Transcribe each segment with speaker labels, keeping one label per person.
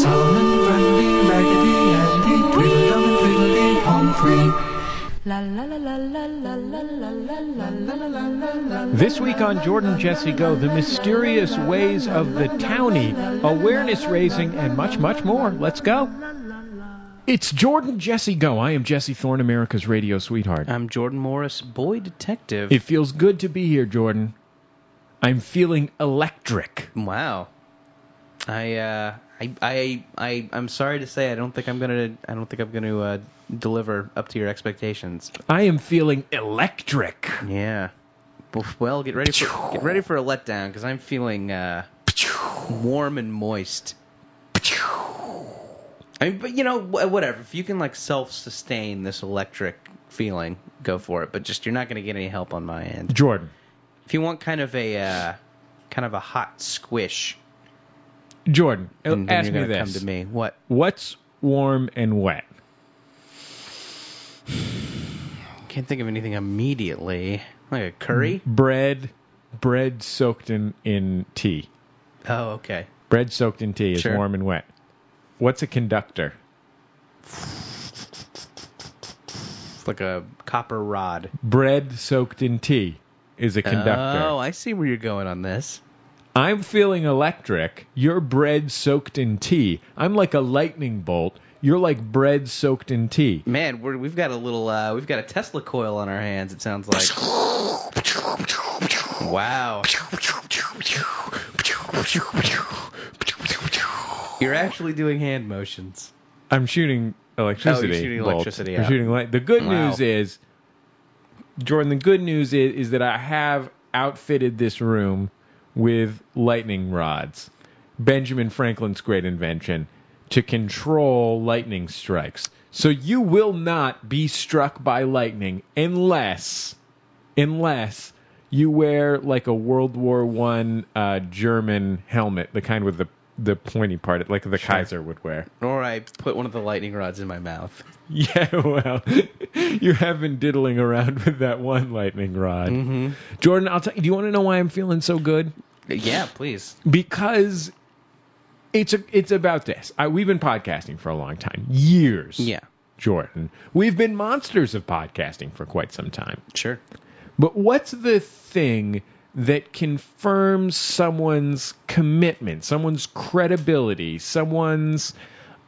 Speaker 1: Solomon, Grundy, Raggedy Andy, Tweedledum and Tweedledee, home free.
Speaker 2: La la la la la la la la la la la la la la.
Speaker 3: This week on Jordan Jesse Go, the mysterious ways of the townie, awareness raising, and much, much more. Let's go. It's Jordan Jesse Go. I am Jesse Thorne, America's radio sweetheart.
Speaker 4: I'm Jordan Morris, boy detective.
Speaker 3: It feels good to be here, Jordan. I'm feeling electric.
Speaker 4: wow. I, uh, I, I, I, I'm sorry to say, I don't think I'm gonna, I don't think I'm gonna uh, deliver up to your expectations.
Speaker 3: I am feeling electric.
Speaker 4: Yeah. Well- Well, get ready for get ready for a letdown because I'm feeling uh, warm and moist. I mean, but you know, wh- whatever. If you can like self-sustain this electric feeling, go for it. But just you're not going to get any help on my end.
Speaker 3: Jordan,
Speaker 4: If you want kind of a uh, kind of a hot squish,
Speaker 3: Jordan,
Speaker 4: then, then
Speaker 3: ask
Speaker 4: you're
Speaker 3: me
Speaker 4: going to come
Speaker 3: this.
Speaker 4: to me. What?
Speaker 3: What's warm and wet?
Speaker 4: Can't think of anything immediately. Like a curry?
Speaker 3: Mm-hmm. Bread, bread soaked in, in tea.
Speaker 4: Oh, okay.
Speaker 3: Bread soaked in tea is
Speaker 4: Sure.
Speaker 3: warm and wet. What's a conductor?
Speaker 4: It's like a copper rod.
Speaker 3: Bread soaked in tea is a conductor.
Speaker 4: Oh, I see where you're going on this.
Speaker 3: I'm feeling electric. You're bread soaked in tea. I'm like a lightning bolt. You're like bread soaked in tea.
Speaker 4: Man, we're, we've got a little, uh, we've got a Tesla coil on our hands. It sounds like. Wow. You're actually doing hand motions.
Speaker 3: I'm shooting electricity.
Speaker 4: Oh, you're shooting
Speaker 3: bolts.
Speaker 4: electricity
Speaker 3: I'm
Speaker 4: out.
Speaker 3: shooting light. The good
Speaker 4: Wow.
Speaker 3: news is, Jordan. The good news is, is that I have outfitted this room with lightning rods, Benjamin Franklin's great invention, to control lightning strikes. So you will not be struck by lightning unless, unless you wear like a World War One uh, German helmet, the kind with the the pointy part, like the Kaiser would wear.
Speaker 4: Or I put one of the lightning rods in my mouth.
Speaker 3: Yeah, well, you have been diddling around with that one lightning rod. Mm-hmm. Jordan, I'll tell you, do you want to know why I'm feeling so good?
Speaker 4: Yeah, please.
Speaker 3: Because it's a, it's about this. I, we've been podcasting for a long time, years.
Speaker 4: Yeah,
Speaker 3: Jordan, we've been monsters of podcasting for quite some time.
Speaker 4: sure.
Speaker 3: But what's the thing that confirms someone's commitment, someone's credibility, someone's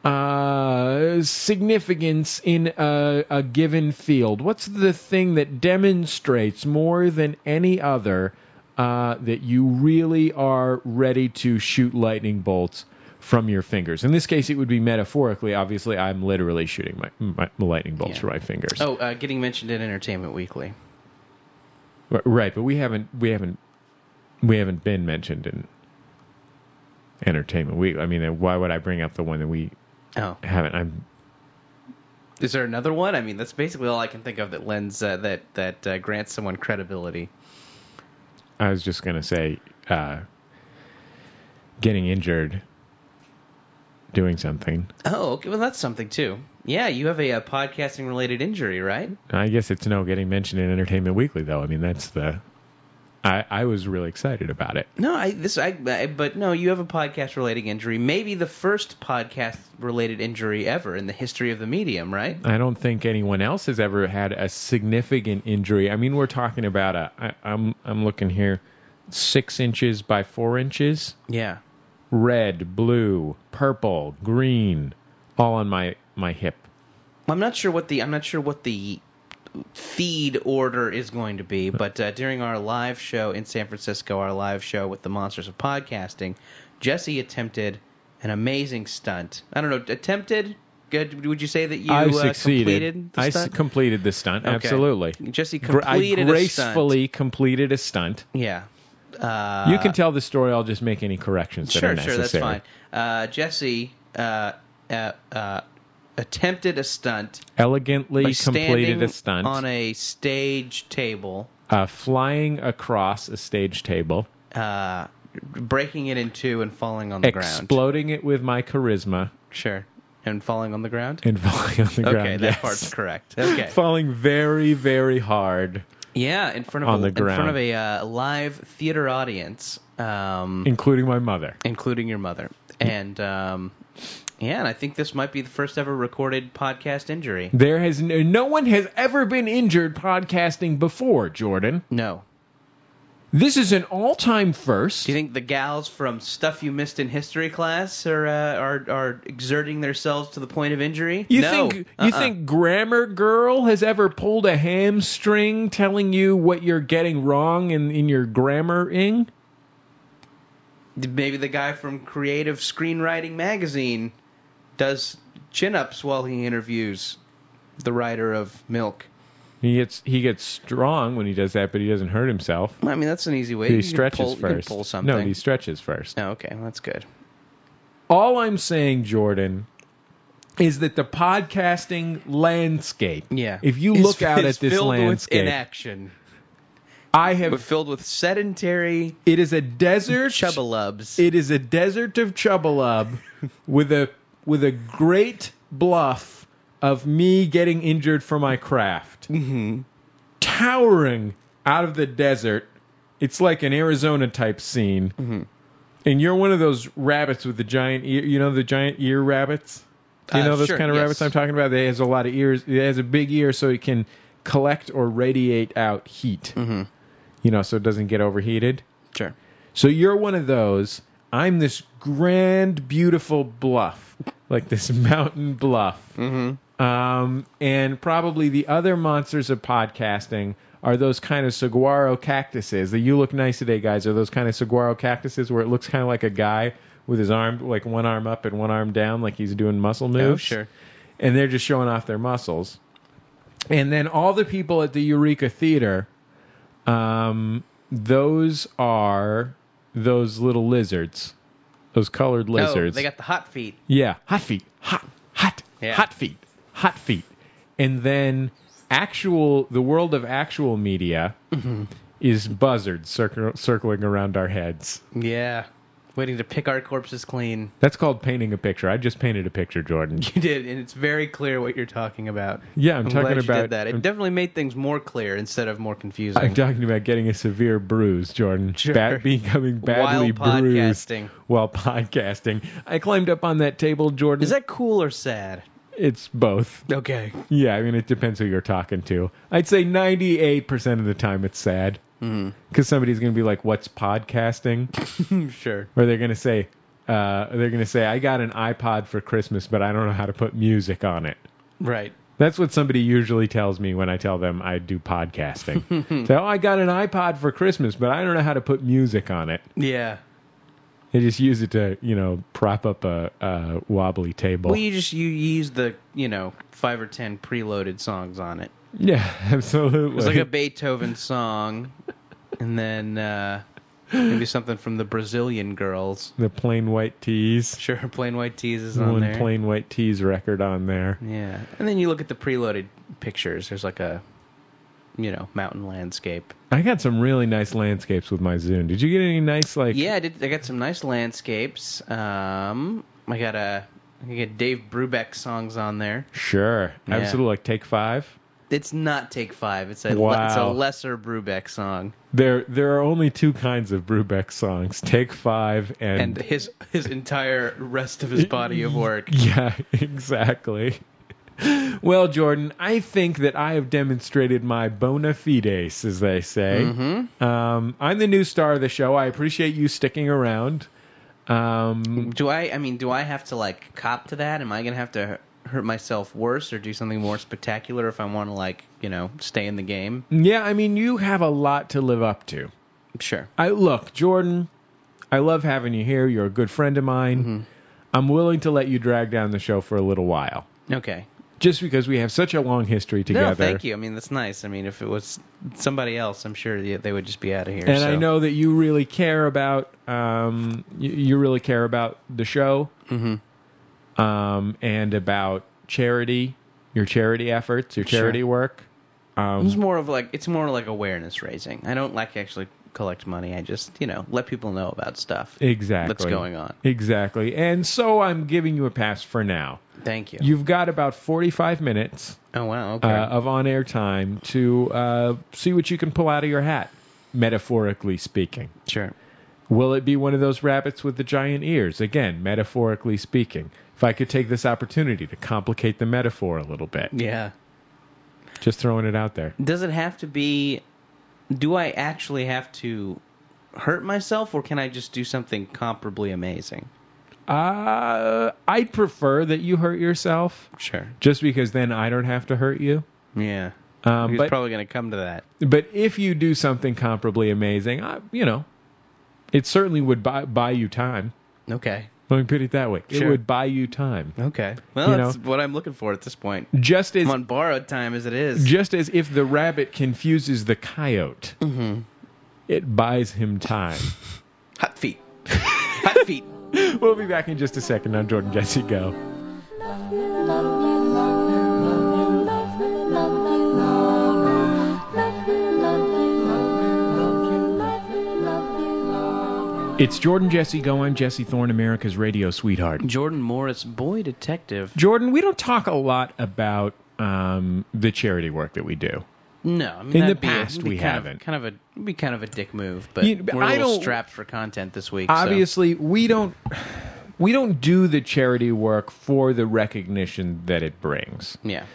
Speaker 3: uh, significance in a, a given field? What's the thing that demonstrates more than any other uh, that you really are ready to shoot lightning bolts? From your fingers. In this case, it would be metaphorically. Obviously, I'm literally shooting my, my, my lightning bolts
Speaker 4: Yeah.
Speaker 3: from my fingers.
Speaker 4: Oh, uh, getting mentioned in Entertainment Weekly.
Speaker 3: R- Right, but we haven't we haven't we haven't been mentioned in entertainment. We I mean, uh, why would I bring up the one that we
Speaker 4: Oh,
Speaker 3: haven't? I'm
Speaker 4: is there another one? I mean, that's basically all I can think of that lends uh, that that uh, grants someone credibility.
Speaker 3: I was just gonna say, uh, getting injured, doing something.
Speaker 4: Oh, okay. Well, that's something too. Yeah, you have a, uh podcasting related injury, right?
Speaker 3: I guess it's no getting mentioned in Entertainment Weekly though. I mean, that's the I I was really excited about it.
Speaker 4: No, I this I, I but no, you have a podcast related injury. Maybe the first podcast related injury ever in the history of the medium, right?
Speaker 3: I don't think anyone else has ever had a significant injury. I mean, we're talking about a I, I'm I'm looking here, six inches by four inches.
Speaker 4: Yeah.
Speaker 3: red, blue, purple, green, all on my my hip.
Speaker 4: I'm not sure what the I'm not sure what the feed order is going to be, but uh, during our live show in San Francisco, our live show with the Monsters of Podcasting, Jesse attempted an amazing stunt. I don't know, attempted. Good. Would you say that you
Speaker 3: I
Speaker 4: uh,
Speaker 3: succeeded.
Speaker 4: completed the
Speaker 3: I
Speaker 4: stunt?
Speaker 3: s- completed the stunt.
Speaker 4: Okay.
Speaker 3: Absolutely.
Speaker 4: Jesse
Speaker 3: Gr-
Speaker 4: completed
Speaker 3: I
Speaker 4: a
Speaker 3: gracefully completed a stunt.
Speaker 4: stunt. Yeah. Uh,
Speaker 3: You can tell the story. I'll just make any corrections that
Speaker 4: sure,
Speaker 3: are
Speaker 4: sure,
Speaker 3: necessary.
Speaker 4: that's fine. Uh, Jesse uh, uh, uh, attempted a stunt by
Speaker 3: Elegantly completed
Speaker 4: standing
Speaker 3: a stunt,
Speaker 4: on a stage table,
Speaker 3: uh, flying across a stage table,
Speaker 4: uh, breaking it in two and falling on the ground.
Speaker 3: exploding it with my charisma,
Speaker 4: Sure, and falling on the ground.
Speaker 3: and falling on the ground.
Speaker 4: okay, that
Speaker 3: yes.
Speaker 4: part's correct. Okay,
Speaker 3: Falling very, very hard,
Speaker 4: yeah, in front of
Speaker 3: On
Speaker 4: a,
Speaker 3: the
Speaker 4: in front
Speaker 3: ground.
Speaker 4: of a uh, live theater audience. Um,
Speaker 3: including my mother.
Speaker 4: including your mother. And um, yeah, and I think this might be the first ever recorded podcast injury.
Speaker 3: There has no, no one has ever been injured podcasting before, Jordan.
Speaker 4: No.
Speaker 3: This is an all-time first.
Speaker 4: Do you think the gals from Stuff You Missed in History class are uh, are, are exerting themselves to the point of injury?
Speaker 3: You
Speaker 4: no.
Speaker 3: think you
Speaker 4: Uh-uh.
Speaker 3: think Grammar Girl has ever pulled a hamstring telling you what you're getting wrong in, in your grammaring?
Speaker 4: maybe the guy from Creative Screenwriting Magazine does chin ups while he interviews the writer of Milk?
Speaker 3: He gets he gets strong when he does that, but he doesn't hurt himself.
Speaker 4: I mean, that's an easy way.
Speaker 3: He
Speaker 4: You can
Speaker 3: stretches
Speaker 4: pull, You can
Speaker 3: first.
Speaker 4: pull something.
Speaker 3: no, he stretches first.
Speaker 4: Oh, okay, well, that's good.
Speaker 3: All I'm saying, Jordan, is that the podcasting landscape.
Speaker 4: Yeah.
Speaker 3: If you
Speaker 4: It's-
Speaker 3: look out
Speaker 4: it's
Speaker 3: at this
Speaker 4: filled with
Speaker 3: landscape,
Speaker 4: inaction.
Speaker 3: I
Speaker 4: We're
Speaker 3: have
Speaker 4: filled with sedentary
Speaker 3: it is a desert
Speaker 4: chubbalubs.
Speaker 3: It is a desert of Chubalub with a with a great bluff of me getting injured for my craft. Mm-hmm. Towering out of the desert, it's like an Arizona type scene. Mm-hmm. And you're one of those rabbits with the giant ear. You know the giant ear rabbits. Do you
Speaker 4: Uh,
Speaker 3: know those
Speaker 4: sure,
Speaker 3: kind of
Speaker 4: yes.
Speaker 3: rabbits I'm talking about? They has a lot of ears. It has a big ear so it can collect or radiate out heat. Mm-hmm. You know, so it doesn't get overheated.
Speaker 4: Sure.
Speaker 3: So you're one of those. I'm this grand, beautiful bluff, like this mountain bluff. Mm-hmm. Um, and probably the other monsters of podcasting are those kind of saguaro cactuses. The you look nice today, guys, are those kind of saguaro cactuses where it looks kind of like a guy with his arm, like one arm up and one arm down, like he's doing muscle moves.
Speaker 4: Oh, sure.
Speaker 3: And they're just showing off their muscles. And then all the people at the Eureka Theater, um, those are those little lizards, those colored lizards.
Speaker 4: No, Oh, they got the hot feet.
Speaker 3: yeah, hot feet, hot, hot,
Speaker 4: Yeah.
Speaker 3: hot feet, hot feet. And then actual, the world of actual media
Speaker 4: Mm-hmm.
Speaker 3: is buzzards circ- circling around our heads.
Speaker 4: Yeah. Waiting to pick our corpses clean.
Speaker 3: That's called painting a picture. I just painted a picture, Jordan.
Speaker 4: You did, and it's very clear what you're talking about.
Speaker 3: Yeah, I'm talking
Speaker 4: glad you
Speaker 3: about-
Speaker 4: did that. It
Speaker 3: I'm-
Speaker 4: definitely made things more clear instead of more confusing.
Speaker 3: I'm talking about getting a severe bruise, Jordan.
Speaker 4: Sure.
Speaker 3: Bad, becoming badly
Speaker 4: While
Speaker 3: bruised
Speaker 4: podcasting.
Speaker 3: while podcasting. I climbed up on that table, Jordan.
Speaker 4: Is that cool or sad?
Speaker 3: It's both.
Speaker 4: Okay.
Speaker 3: Yeah, I mean, it depends who you're talking to. I'd say 98% of the time it's sad.
Speaker 4: Hmm.
Speaker 3: Because somebody's going to be like, what's podcasting?
Speaker 4: Sure.
Speaker 3: or they're going to say, uh, they're going to say, I got an iPod for Christmas, but I don't know how to put music on it.
Speaker 4: Right.
Speaker 3: That's what somebody usually tells me when I tell them I do podcasting. Say, oh, I got an iPod for Christmas, but I don't know how to put music on it.
Speaker 4: Yeah.
Speaker 3: They just use it to, you know, prop up a, a wobbly table.
Speaker 4: Well, you just you use the you know five or ten preloaded songs on it.
Speaker 3: yeah, absolutely.
Speaker 4: It's like a Beethoven song, and then uh, maybe something from the Brazilian girls.
Speaker 3: the plain white tees.
Speaker 4: Sure, plain white tees is on
Speaker 3: One
Speaker 4: there.
Speaker 3: plain white tees record on there.
Speaker 4: Yeah, and then you look at the preloaded pictures. There's like a, you know, mountain landscape.
Speaker 3: I got some really nice landscapes with my Zune. Did you get any nice like?
Speaker 4: Yeah, I did. I got some nice landscapes. Um, I got a, I got Dave Brubeck songs on there.
Speaker 3: Sure.
Speaker 4: Yeah.
Speaker 3: Absolutely. Like take five.
Speaker 4: It's not Take Five. It's a, le- it's a
Speaker 3: Wow.
Speaker 4: lesser Brubeck song.
Speaker 3: There, there are only two kinds of Brubeck songs: Take Five
Speaker 4: And his his entire rest of his body of work.
Speaker 3: Yeah, exactly. Well, Jordan, I think that I have demonstrated my bona fides, as they say.
Speaker 4: Hmm?
Speaker 3: Mm-hmm. Um, I'm the new star of the show. I appreciate you sticking around. Um,
Speaker 4: Do I? I mean, do I have to like cop to that? Am I gonna have to hurt myself worse or do something more spectacular if I want to like you know stay in the game?
Speaker 3: yeah, I mean, you have a lot to live up to.
Speaker 4: Sure.
Speaker 3: I look, Jordan. I love having you here. You're a good friend of mine.
Speaker 4: Mm-hmm.
Speaker 3: I'm willing to let you drag down the show for a little while,
Speaker 4: Okay.
Speaker 3: just because we have such a long history together.
Speaker 4: No, thank you. I mean, that's nice. I mean, if it was somebody else, I'm sure they- they would just be out of here.
Speaker 3: and
Speaker 4: so.
Speaker 3: I know that you really care about um, you, you really care about the show, mm-hmm. um, and about charity, your charity efforts, your charity work.
Speaker 4: It's
Speaker 3: Um,
Speaker 4: more of like it's more like awareness raising. I don't like actually collect money. I just you know let people know about stuff.
Speaker 3: exactly.
Speaker 4: What's going on?
Speaker 3: Exactly. And so I'm giving you a pass for now.
Speaker 4: Thank you.
Speaker 3: You've got about 45 minutes
Speaker 4: oh wow. Okay.
Speaker 3: uh, of on air time to uh, see what you can pull out of your hat, metaphorically speaking.
Speaker 4: sure.
Speaker 3: Will it be one of those rabbits with the giant ears? Again, metaphorically speaking. If I could take this opportunity to complicate the metaphor a little bit,
Speaker 4: Yeah.
Speaker 3: just throwing it out there.
Speaker 4: Does it have to be? Do I actually have to hurt myself, or can I just do something comparably amazing?
Speaker 3: Uh, I'd prefer that you hurt yourself,
Speaker 4: Sure.
Speaker 3: just because then I don't have to hurt you.
Speaker 4: Yeah.
Speaker 3: Um,
Speaker 4: He's
Speaker 3: but
Speaker 4: probably going to come to that.
Speaker 3: but if you do something comparably amazing, I, you know, it certainly would buy buy you time.
Speaker 4: Okay.
Speaker 3: Let me put it that way. It
Speaker 4: Sure.
Speaker 3: would buy you time.
Speaker 4: Okay. Well,
Speaker 3: You
Speaker 4: that's
Speaker 3: know.
Speaker 4: what I'm looking for at this point.
Speaker 3: Just as
Speaker 4: I'm on borrowed time as it is.
Speaker 3: just as if the rabbit confuses the coyote, it buys him time.
Speaker 4: Hot feet. Hot feet.
Speaker 3: We'll be back in just a second on Jordan Jesse Go. It's Jordan Jesse Go. I'm Jesse Thorne, America's radio sweetheart.
Speaker 4: Jordan Morris, boy detective.
Speaker 3: Jordan, we don't talk a lot about um, the charity work that we do.
Speaker 4: No, I mean,
Speaker 3: In
Speaker 4: that'd
Speaker 3: the
Speaker 4: be a-
Speaker 3: past,
Speaker 4: be
Speaker 3: we
Speaker 4: kind
Speaker 3: haven't.
Speaker 4: Of, kind of a it'd be kind of a dick move, but
Speaker 3: You- but
Speaker 4: we're a
Speaker 3: I
Speaker 4: little
Speaker 3: don't-
Speaker 4: strapped for content this week. so-
Speaker 3: Obviously, we don't we don't do the charity work for the recognition that it brings.
Speaker 4: yeah,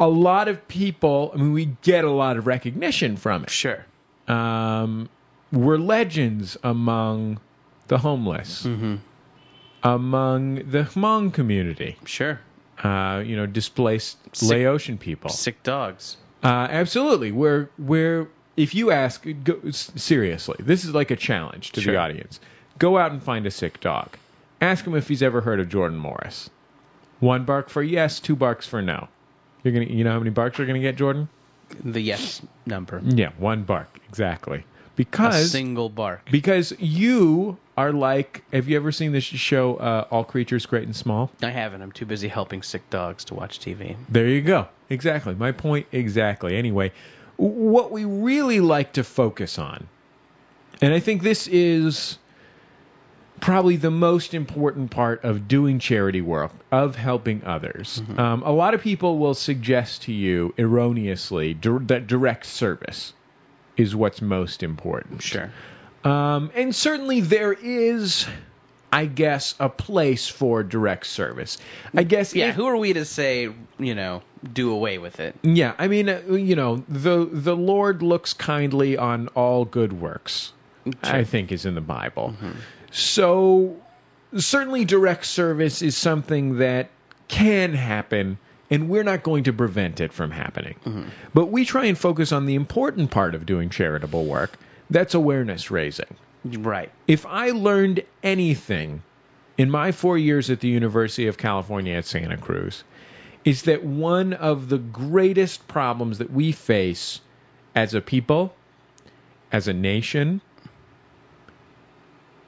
Speaker 3: A lot of people, I mean, we get a lot of recognition from it.
Speaker 4: sure.
Speaker 3: Um, we're legends among the homeless,
Speaker 4: Mm-hmm.
Speaker 3: among the Hmong community,
Speaker 4: Sure.
Speaker 3: uh, you know, displaced Laotian people.
Speaker 4: Sick dogs.
Speaker 3: Uh, absolutely. We're we're if you ask go, s- seriously, this is like a challenge to the
Speaker 4: Sure.
Speaker 3: audience. Go out and find a sick dog. Ask him if he's ever heard of Jordan Morris. One bark for yes, two barks for no. You're gonna, you know, how many barks you're gonna get, Jordan?
Speaker 4: The yes number.
Speaker 3: Yeah, one bark exactly.
Speaker 4: A
Speaker 3: Because
Speaker 4: single bark.
Speaker 3: because you are like, have you ever seen this show, uh, All Creatures Great and Small?
Speaker 4: I haven't. I'm too busy helping sick dogs to watch TV.
Speaker 3: There you go. Exactly. My point exactly. Anyway, w- what we really like to focus on, and I think this is probably the most important part of doing charity work, of helping others.
Speaker 4: Mm-hmm.
Speaker 3: Um, a lot of people will suggest to you erroneously dir- that direct service is what's most important.
Speaker 4: Sure.
Speaker 3: Um, and certainly there is. I guess a place for direct service. I guess
Speaker 4: Yeah.
Speaker 3: if-
Speaker 4: Who are we to say you know do away with it?
Speaker 3: yeah, I mean, uh, you know, the the Lord looks kindly on all good works. I think is in the Bible.
Speaker 4: Mm-hmm.
Speaker 3: So certainly direct service is something that can happen and we're not going to prevent it from happening.
Speaker 4: Mm-hmm.
Speaker 3: But we try and focus on the important part of doing charitable work. That's awareness raising.
Speaker 4: Right.
Speaker 3: If I learned anything in my four years at the University of California at Santa Cruz, is that one of the greatest problems that we face as a people, as a nation,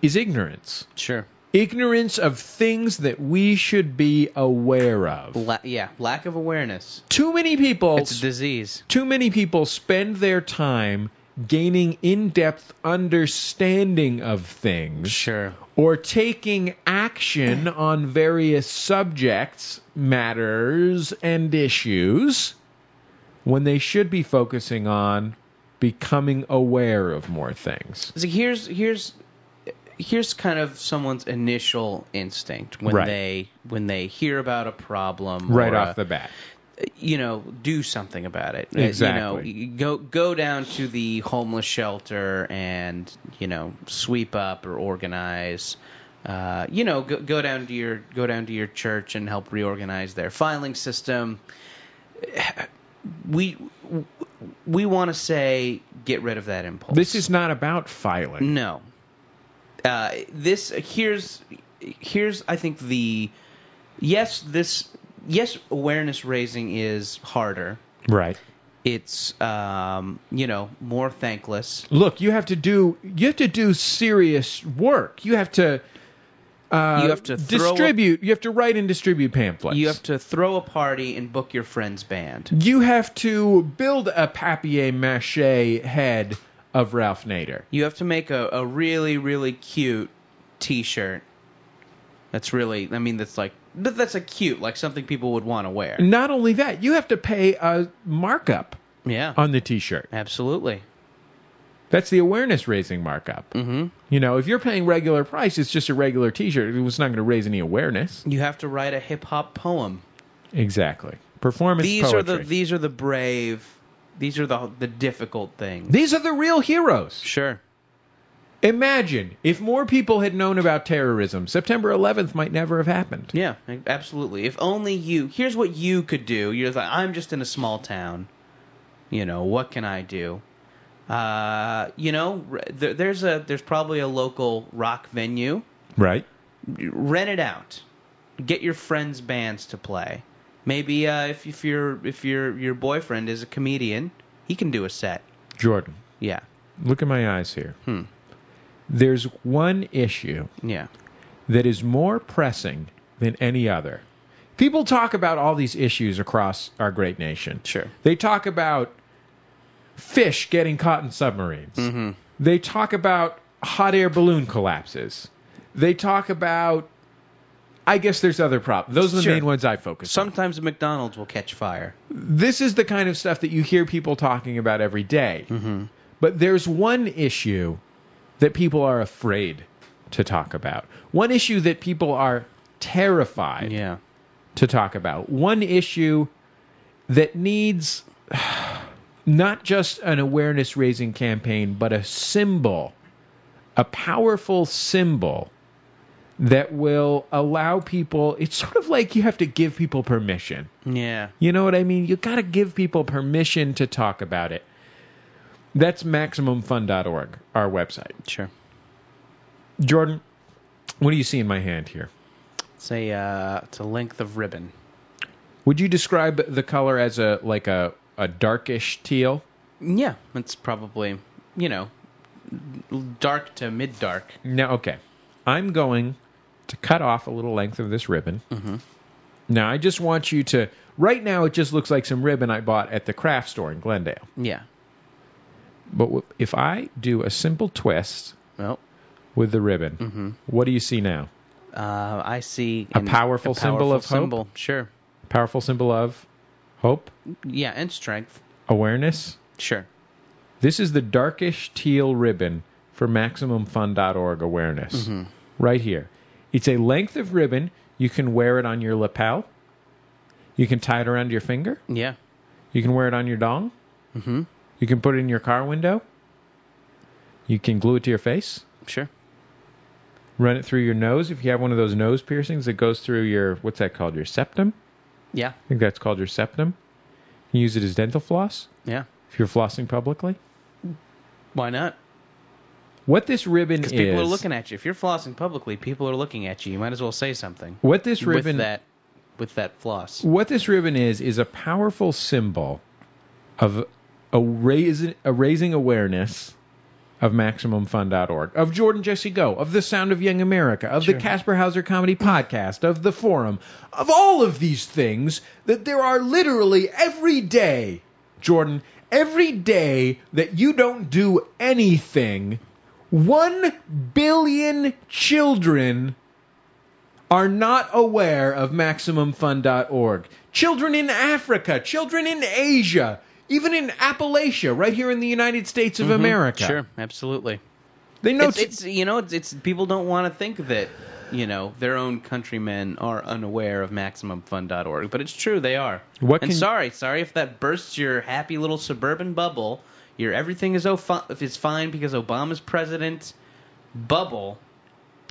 Speaker 3: is ignorance.
Speaker 4: Sure.
Speaker 3: Ignorance of things that we should be aware of.
Speaker 4: La- yeah. Lack of awareness.
Speaker 3: Too many people
Speaker 4: It's a disease.
Speaker 3: too many people spend their time gaining in-depth understanding of things
Speaker 4: Sure.
Speaker 3: or taking action on various subjects, matters, and issues when they should be focusing on becoming aware of more things.
Speaker 4: So here's here's here's kind of someone's initial instinct when
Speaker 3: Right.
Speaker 4: they when they hear about a problem
Speaker 3: Right
Speaker 4: or
Speaker 3: off
Speaker 4: a-
Speaker 3: the bat.
Speaker 4: you know do something about it Uh,
Speaker 3: Exactly.
Speaker 4: you know go go down to the homeless shelter and you know sweep up or organize uh, you know go, go down to your go down to your church and help reorganize their filing system we we want to say get rid of that impulse
Speaker 3: This is not about filing.
Speaker 4: no. Uh, this here's here's I think the yes this yes awareness raising is harder.
Speaker 3: Right.
Speaker 4: It's um, you know more thankless.
Speaker 3: Look, you have to do you have to do serious work. You have to uh,
Speaker 4: You have to throw a-
Speaker 3: distribute. you have to write and distribute pamphlets.
Speaker 4: You have to throw a party and book your friend's band.
Speaker 3: You have to build a papier mâché head of Ralph Nader.
Speaker 4: You have to make a, a really, really cute t shirt. That's really, I mean, that's like, but that's a cute, like something people would want to wear.
Speaker 3: Not only that, you have to pay a markup
Speaker 4: Yeah.
Speaker 3: on the T-shirt.
Speaker 4: Absolutely.
Speaker 3: That's the awareness raising markup.
Speaker 4: Mhm.
Speaker 3: You know, if you're paying regular price, it's just a regular T-shirt. It was not going to raise any awareness.
Speaker 4: You have to write a hip hop poem.
Speaker 3: Exactly. Performance
Speaker 4: these
Speaker 3: poetry.
Speaker 4: are the these are the brave. These are the the difficult things.
Speaker 3: These are the real heroes.
Speaker 4: sure.
Speaker 3: Imagine if more people had known about terrorism, September 11th might never have happened.
Speaker 4: Yeah, absolutely. If only you. Here's what you could do. You're like, I'm just in a small town. You know, what can I do? Uh, you know, r- there, there's a there's probably a local rock venue.
Speaker 3: Right.
Speaker 4: Rent it out. Get your friends' bands to play. Maybe uh, if if your if your your boyfriend is a comedian, he can do a set.
Speaker 3: Jordan,
Speaker 4: Yeah,
Speaker 3: look at my eyes here.
Speaker 4: Hmm.
Speaker 3: There's one issue
Speaker 4: yeah.
Speaker 3: that is more pressing than any other. People talk about all these issues across our great nation.
Speaker 4: Sure.
Speaker 3: They talk about fish getting caught in submarines. They talk about hot air balloon collapses. They talk about I guess there's other problems. Those are the
Speaker 4: Sure.
Speaker 3: main ones I focus on.
Speaker 4: Sometimes a McDonald's will catch fire.
Speaker 3: This is the kind of stuff that you hear people talking about every day. But there's one issue that people are afraid to talk about. One issue that people are terrified
Speaker 4: Yeah.
Speaker 3: to talk about. One issue that needs not just an awareness raising campaign, but a symbol, a powerful symbol that will allow people. It's sort of like you have to give people permission.
Speaker 4: Yeah.
Speaker 3: You know what I mean? You got to give people permission to talk about it. That's MaximumFun.org, our website.
Speaker 4: Sure.
Speaker 3: Jordan, what do you see in my hand here?
Speaker 4: It's a uh, it's a length of ribbon.
Speaker 3: Would you describe the color as a like a, a darkish teal?
Speaker 4: Yeah, it's probably you know dark to mid dark.
Speaker 3: Now, okay, I'm going to cut off a little length of this ribbon. Mm-hmm. Now, I just want you to. Right now, it just looks like some ribbon I bought at the craft store in Glendale.
Speaker 4: Yeah.
Speaker 3: But w- if I do a simple twist
Speaker 4: Well,
Speaker 3: with the ribbon, what do you see now?
Speaker 4: uh, I see
Speaker 3: A powerful symbol of hope?
Speaker 4: symbol. Sure.
Speaker 3: Powerful symbol of hope,
Speaker 4: Yeah, and strength.
Speaker 3: awareness.
Speaker 4: Sure.
Speaker 3: This is the darkish teal ribbon for MaximumFun.org awareness. Right here. It's a length of ribbon. You can wear it on your lapel. You can tie it around your finger.
Speaker 4: Yeah.
Speaker 3: You can wear it on your dong.
Speaker 4: Mhm.
Speaker 3: You can put it in your car window. You can glue it to your face.
Speaker 4: Sure.
Speaker 3: Run it through your nose if you have one of those nose piercings that goes through your, what's that called? Your septum?
Speaker 4: Yeah.
Speaker 3: I think that's called your septum. You can use it as dental floss
Speaker 4: Yeah.
Speaker 3: if you're flossing publicly.
Speaker 4: Why not?
Speaker 3: What this ribbon is.
Speaker 4: Because people are looking at you. If you're flossing publicly, people are looking at you. You might as well say something
Speaker 3: What this ribbon
Speaker 4: with that with that floss.
Speaker 3: what this ribbon is is a powerful symbol of a raising, a raising awareness of MaximumFun.org, of Jordan Jesse Go, of The Sound of Young America, of the Casper Hauser Comedy Podcast, of The Forum, of all of these things that there are literally every day, Jordan, every day that you don't do anything, one billion children are not aware of MaximumFun.org. Children in Africa, children in Asia, even in Appalachia, right here in the United States of America.
Speaker 4: Mm-hmm. Sure. Absolutely.
Speaker 3: They know
Speaker 4: it's, it's you know it's, it's people don't want to think that you know their own countrymen are unaware of maximumfund.org, but it's true they are.
Speaker 3: What
Speaker 4: and
Speaker 3: can-
Speaker 4: sorry, sorry if that bursts your happy little suburban bubble. Your everything is oh fi- is fine because Obama's president bubble.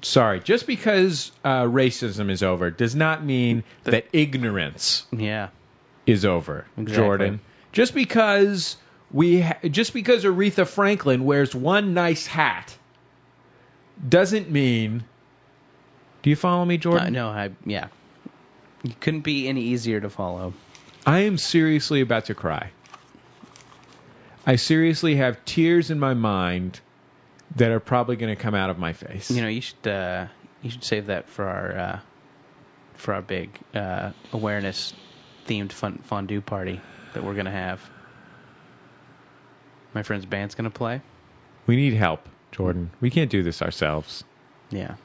Speaker 3: sorry, just because uh, racism is over does not mean that ignorance
Speaker 4: Yeah,
Speaker 3: is over,
Speaker 4: Exactly.
Speaker 3: Jordan. Just because we ha- just because Aretha Franklin wears one nice hat doesn't mean Do you follow me, Jordan?
Speaker 4: uh, no, I yeah, you couldn't be any easier to follow.
Speaker 3: I am seriously about to cry. I seriously have tears in my mind that are probably going to come out of my face.
Speaker 4: You know you should uh, You should save that for our uh, for our big uh, awareness themed fun- fondue party that we're gonna have. My friend's band's gonna play.
Speaker 3: We need help, Jordan. We can't do this ourselves.
Speaker 4: Yeah,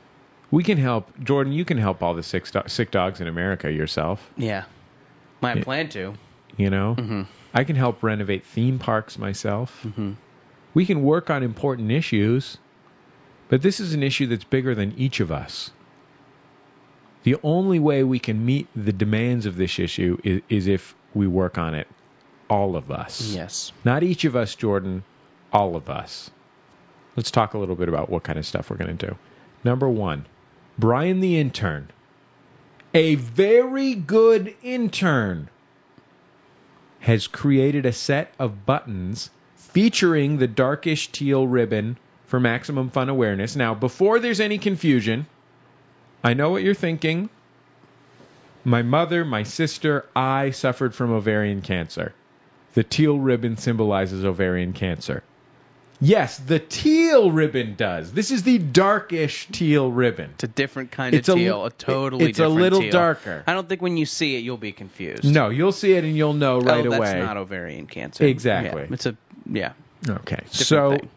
Speaker 3: We can help, Jordan. You can help all the sick, do- sick dogs in America yourself.
Speaker 4: yeah. My
Speaker 3: Yeah.
Speaker 4: plan to.
Speaker 3: You know,
Speaker 4: Mhm.
Speaker 3: I can help renovate theme parks myself.
Speaker 4: Mhm.
Speaker 3: We can work on important issues, but this is an issue that's bigger than each of us. The only way we can meet the demands of this issue is, is if we work on it, all of us.
Speaker 4: Yes.
Speaker 3: Not each of us, Jordan, all of us. Let's talk a little bit about what kind of stuff we're going to do. Number one, Brian the intern. A very good intern has created a set of buttons featuring the darkish teal ribbon for maximum fun awareness. Now, before there's any confusion, I know what you're thinking. My mother, my sister, I suffered from ovarian cancer. The teal ribbon symbolizes ovarian cancer. Yes, the teal ribbon does. This is the darkish teal ribbon.
Speaker 4: It's a different kind
Speaker 3: It's a
Speaker 4: of
Speaker 3: l-
Speaker 4: teal. A, totally
Speaker 3: it's a
Speaker 4: different
Speaker 3: little
Speaker 4: teal.
Speaker 3: darker.
Speaker 4: I don't think when you see it, you'll be confused.
Speaker 3: No, you'll see it and you'll know right
Speaker 4: oh,
Speaker 3: away.
Speaker 4: That's not ovarian cancer.
Speaker 3: Exactly.
Speaker 4: Yeah, it's a yeah.
Speaker 3: Okay. So
Speaker 4: thing.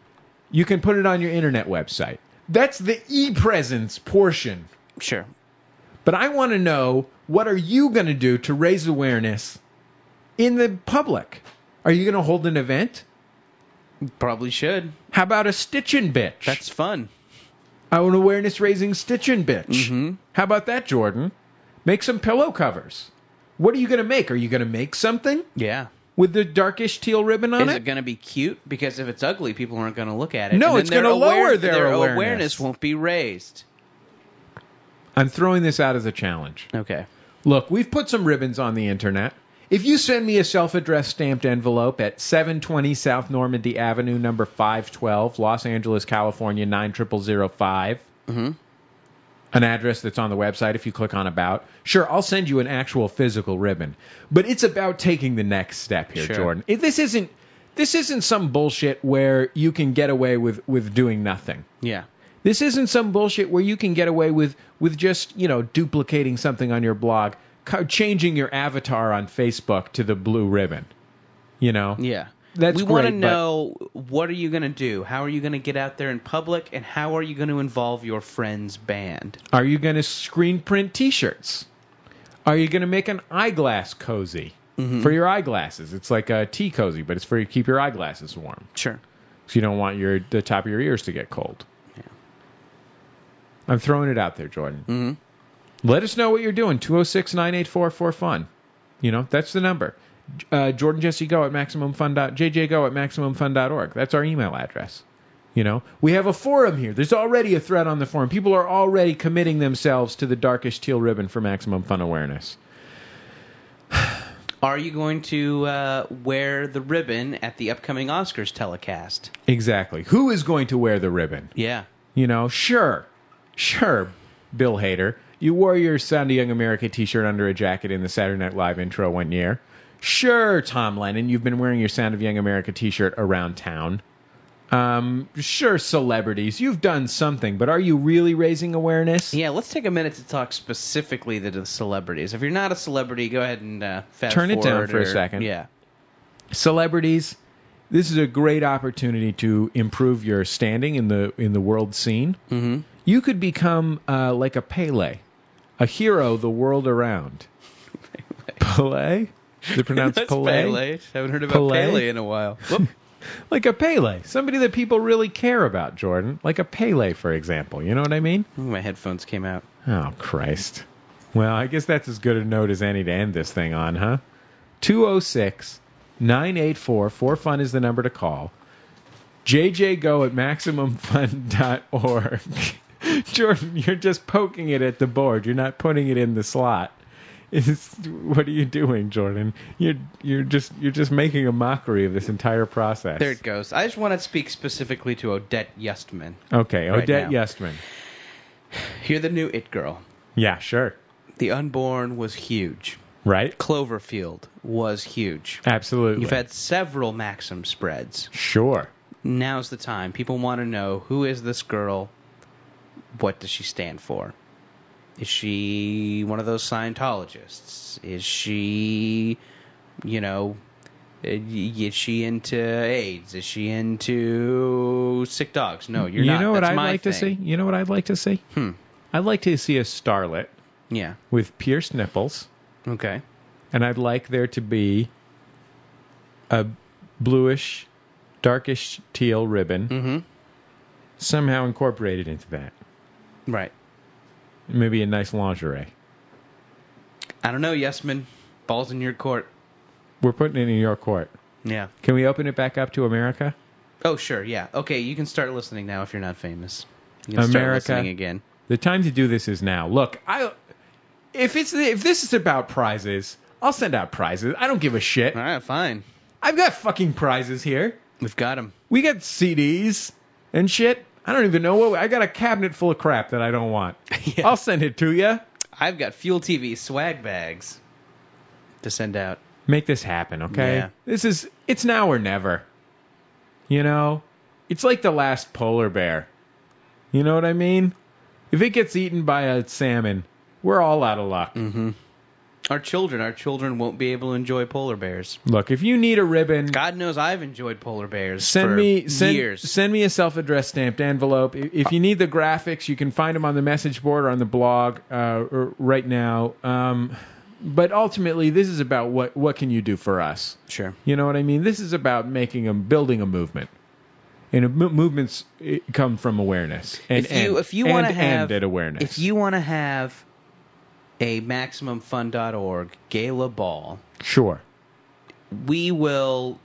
Speaker 3: you can put it on your internet website. That's the e-presence portion.
Speaker 4: Sure.
Speaker 3: But I want to know what are you going to do to raise awareness in the public? Are you going to hold an event?
Speaker 4: Probably should.
Speaker 3: How about a stitchin' bitch?
Speaker 4: That's fun.
Speaker 3: I want awareness raising stitchin' bitch.
Speaker 4: Mhm.
Speaker 3: How about that, Jordan? Make some pillow covers. What are you going to make? Are you going to make something
Speaker 4: Yeah.
Speaker 3: with the darkish teal ribbon on
Speaker 4: Is
Speaker 3: it?
Speaker 4: it going to be cute? Because if it's ugly, people aren't going to look at it.
Speaker 3: No,
Speaker 4: And then
Speaker 3: it's gonna
Speaker 4: their aware-
Speaker 3: lower their awareness.
Speaker 4: awareness. won't be raised.
Speaker 3: I'm throwing this out as a challenge.
Speaker 4: Okay.
Speaker 3: Look, we've put some ribbons on the internet. If you send me a self-addressed stamped envelope at 720 South Normandy Avenue, number 512, Los Angeles, California 90005,
Speaker 4: hmm
Speaker 3: an address that's on the website if you click on about. Sure, I'll send you an actual physical ribbon, but it's about taking the next step here,
Speaker 4: Sure.
Speaker 3: Jordan. It- This isn't this isn't some bullshit where you can get away with with doing nothing.
Speaker 4: Yeah.
Speaker 3: This isn't some bullshit where you can get away with with just you know duplicating something on your blog, co- changing your avatar on Facebook to the blue ribbon. You know,
Speaker 4: Yeah.
Speaker 3: That's
Speaker 4: we want to
Speaker 3: great, but-
Speaker 4: know what are you going to do? How are you going to get out there in public? And how are you going to involve your friend's band?
Speaker 3: are you going to screen print T-shirts? Are you going to make an eyeglass cozy for your eyeglasses? It's like a tea cozy, but it's for you keep your eyeglasses warm.
Speaker 4: Sure.
Speaker 3: So you don't want your the top of your ears to get cold. I'm throwing it out there, Jordan.
Speaker 4: Mhm.
Speaker 3: Let us know what you're doing. 206-984-4FUN. You know, that's the number. J- Uh, Jordan Jesse Go at MaximumFun. dot- JJ Go at MaximumFun.org. That's our email address. You know, we have a forum here. There's already a thread on the forum. People are already committing themselves to the darkish teal ribbon for maximum fun awareness.
Speaker 4: Are you going to uh, wear the ribbon at the upcoming Oscars telecast?
Speaker 3: Exactly. Who is going to wear the ribbon?
Speaker 4: Yeah.
Speaker 3: You know, sure, sure, Bill Hader. You wore your Sound of Young America t shirt under a jacket in the Saturday Night Live intro one year. Sure, Tom Lennon, you've been wearing your Sound of Young America t shirt around town. Um, sure, celebrities, you've done something, but are you really raising awareness?
Speaker 4: Yeah, let's take a minute to talk specifically to the celebrities. If you're not a celebrity, go ahead and uh, fast
Speaker 3: Turn it down
Speaker 4: forward
Speaker 3: for a
Speaker 4: or-
Speaker 3: second.
Speaker 4: Yeah,
Speaker 3: Celebrities, this is a great opportunity to improve your standing in the in the world scene.
Speaker 4: Mhm.
Speaker 3: You could become uh, like a Pele, a hero the world around. Pele? Is it pronounced
Speaker 4: That's
Speaker 3: Pele?
Speaker 4: Haven't heard about
Speaker 3: Pele?
Speaker 4: Pele, in a while. Whoop.
Speaker 3: Like a Pele, somebody that people really care about, Jordan. Like a Pele, for example. You know what I mean?
Speaker 4: Ooh, My headphones came out.
Speaker 3: Oh, Christ. Well, I guess that's as good a note as any to end this thing on, huh? 206 984 4FUN is the number to call. JJGo at MaximumFun.org. Jordan, you're just poking it at the board. You're not putting it in the slot. It's, what are you doing, Jordan? You're you're just you're just making a mockery of this entire process.
Speaker 4: There it goes. I just want to speak specifically to Odette Yustman.
Speaker 3: Okay,
Speaker 4: Right
Speaker 3: Odette
Speaker 4: now.
Speaker 3: Yestman.
Speaker 4: You're the new It Girl.
Speaker 3: Yeah, sure.
Speaker 4: The Unborn was huge.
Speaker 3: Right?
Speaker 4: Cloverfield was huge.
Speaker 3: Absolutely.
Speaker 4: You've had several Maxim spreads.
Speaker 3: sure.
Speaker 4: Now's the time. People want to know who is this girl? what does she stand for? Is she one of those Scientologists? Is she, you know, uh, y- is she into AIDS? Is she into sick dogs? No, you're
Speaker 3: you
Speaker 4: not.
Speaker 3: know what
Speaker 4: That's
Speaker 3: I'd
Speaker 4: my
Speaker 3: like to see?
Speaker 4: thing.
Speaker 3: You know what I'd like to see?
Speaker 4: Hmm.
Speaker 3: I'd like to see a starlet
Speaker 4: Yeah.
Speaker 3: with pierced nipples,
Speaker 4: Okay.
Speaker 3: and I'd like there to be a bluish, darkish teal ribbon
Speaker 4: Mm-hmm.
Speaker 3: somehow incorporated into that.
Speaker 4: Right.
Speaker 3: Maybe a nice lingerie.
Speaker 4: I don't know, Yesman. Balls in your court.
Speaker 3: We're putting it in your court.
Speaker 4: Yeah.
Speaker 3: Can we open it back up to America?
Speaker 4: Oh, sure. Yeah. Okay. You can start listening now if you're not famous. You can
Speaker 3: America.
Speaker 4: start listening again.
Speaker 3: The time to do this is now. Look, I if it's if this is about prizes, I'll send out prizes. I don't give a shit.
Speaker 4: All right. Fine.
Speaker 3: I've got fucking prizes here.
Speaker 4: We've got him.
Speaker 3: We got CDs and shit. I don't even know what I got a cabinet full of crap that I don't want.
Speaker 4: Yeah.
Speaker 3: I'll send it to you.
Speaker 4: I've got Fuel TV swag bags to send out.
Speaker 3: Make this happen, okay?
Speaker 4: Yeah.
Speaker 3: This is it's now or never. You know, it's like the last polar bear. You know what I mean? If it gets eaten by a salmon, we're all out of luck.
Speaker 4: Mm. Our children, our children won't be able to enjoy polar bears.
Speaker 3: Look, if you need a ribbon,
Speaker 4: God knows I've enjoyed polar bears
Speaker 3: send
Speaker 4: for
Speaker 3: me send,
Speaker 4: years.
Speaker 3: send me a self-addressed stamped envelope. I- If you need the graphics, you can find them on the message board or on the blog uh, r- right now. Um, but ultimately, this is about what what can you do for us?
Speaker 4: sure.
Speaker 3: You know what I mean? This is about making a building a movement. And a mo- movements eh, come from awareness. And
Speaker 4: If you
Speaker 3: end-
Speaker 4: if you
Speaker 3: and
Speaker 4: want to have
Speaker 3: end at awareness.
Speaker 4: if you want to have a maximumfun.org gala ball,
Speaker 3: sure.
Speaker 4: we will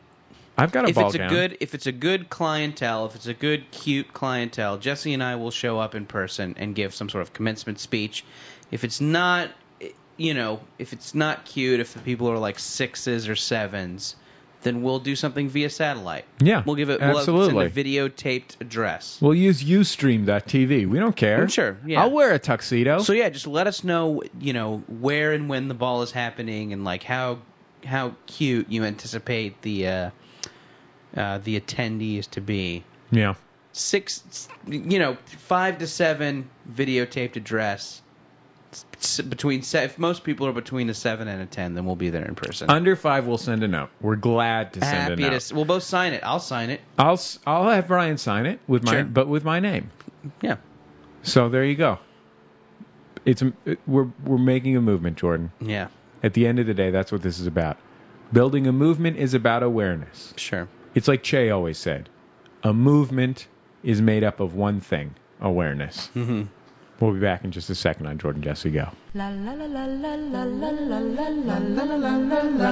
Speaker 3: I've got a
Speaker 4: if
Speaker 3: ball
Speaker 4: it's
Speaker 3: gown.
Speaker 4: a good if it's a good clientele, if it's a good cute clientele, Jesse and I will show up in person and give some sort of commencement speech. If it's not, you know, if it's not cute, if the people are like sixes or sevens, then we'll do something via satellite.
Speaker 3: Yeah,
Speaker 4: we'll give it
Speaker 3: absolutely.
Speaker 4: We'll send a videotaped address.
Speaker 3: we'll use ustream.tv. We don't care.
Speaker 4: Mm, Sure, yeah.
Speaker 3: I'll wear a tuxedo.
Speaker 4: So yeah, just let us know, you know, where and when the ball is happening, and like how how cute you anticipate the uh, uh, the attendees to be.
Speaker 3: yeah.
Speaker 4: six, you know, five to seven videotaped address. S- between se- if most people are between a seven and a ten, then we'll be there in person.
Speaker 3: Under five, we'll send a note. We're glad to send
Speaker 4: Happy
Speaker 3: a note.
Speaker 4: to, s- we'll both sign it. I'll sign it.
Speaker 3: I'll s- I'll have Brian sign it with my
Speaker 4: Sure.
Speaker 3: but with my name.
Speaker 4: Yeah,
Speaker 3: So there you go. It's a- it- we're we're making a movement, Jordan.
Speaker 4: yeah,
Speaker 3: At the end of the day, that's what this is about. Building a movement is about awareness.
Speaker 4: sure.
Speaker 3: It's like Che always said, a movement is made up of one thing: awareness. Mm-hmm. We'll be back in just a second on Jordan Jesse Go.
Speaker 2: La la la la la la la la la la.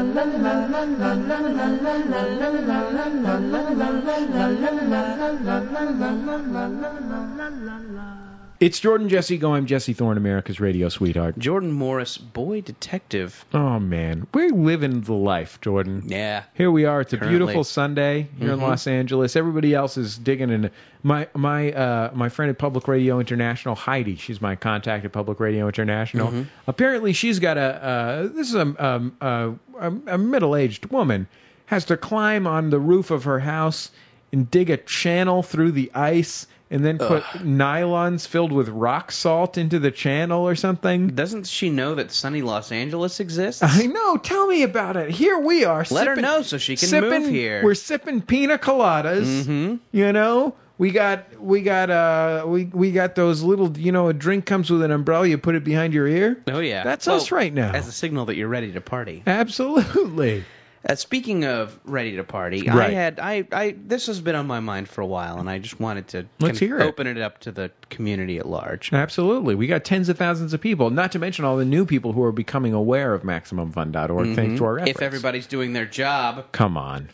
Speaker 3: It's Jordan Jesse Go. I'm Jesse Thorne, America's radio sweetheart.
Speaker 4: Jordan Morris, boy detective.
Speaker 3: Oh man, we're living the life, Jordan.
Speaker 4: Yeah,
Speaker 3: Here we are. It's a
Speaker 4: Currently. Mm-hmm.
Speaker 3: beautiful Sunday here in Los Angeles. Everybody else is digging in. My my uh, my friend at Public Radio International, Heidi. She's my contact at Public Radio International.
Speaker 4: Mm-hmm.
Speaker 3: Apparently, she's got a. Uh, this is a um, uh, a, a middle-aged woman has to climb on the roof of her house and dig a channel through the ice and then put nylons filled with rock salt into the channel or something.
Speaker 4: doesn't she know that sunny Los Angeles exists?
Speaker 3: I know. Tell me about it. Here we are.
Speaker 4: Let her
Speaker 3: sipping-
Speaker 4: know so she can
Speaker 3: sipping,
Speaker 4: move here. Mm-hmm.
Speaker 3: We're sipping pina coladas. You know, we got we got uh we we got those little you know a drink comes with an umbrella. You put it behind your ear.
Speaker 4: Oh yeah,
Speaker 3: That's us right now.
Speaker 4: As a signal that you're ready to party.
Speaker 3: Absolutely.
Speaker 4: Uh, speaking of ready to party,
Speaker 3: Right.
Speaker 4: I had I, I this has been on my mind for a while, and I just wanted to
Speaker 3: Let's hear it.
Speaker 4: open it up to the community at large.
Speaker 3: Absolutely. We got tens of thousands of people, not to mention all the new people who are becoming aware of MaximumFun.org thanks to our efforts.
Speaker 4: Mm-hmm. If everybody's doing their job,
Speaker 3: Come on.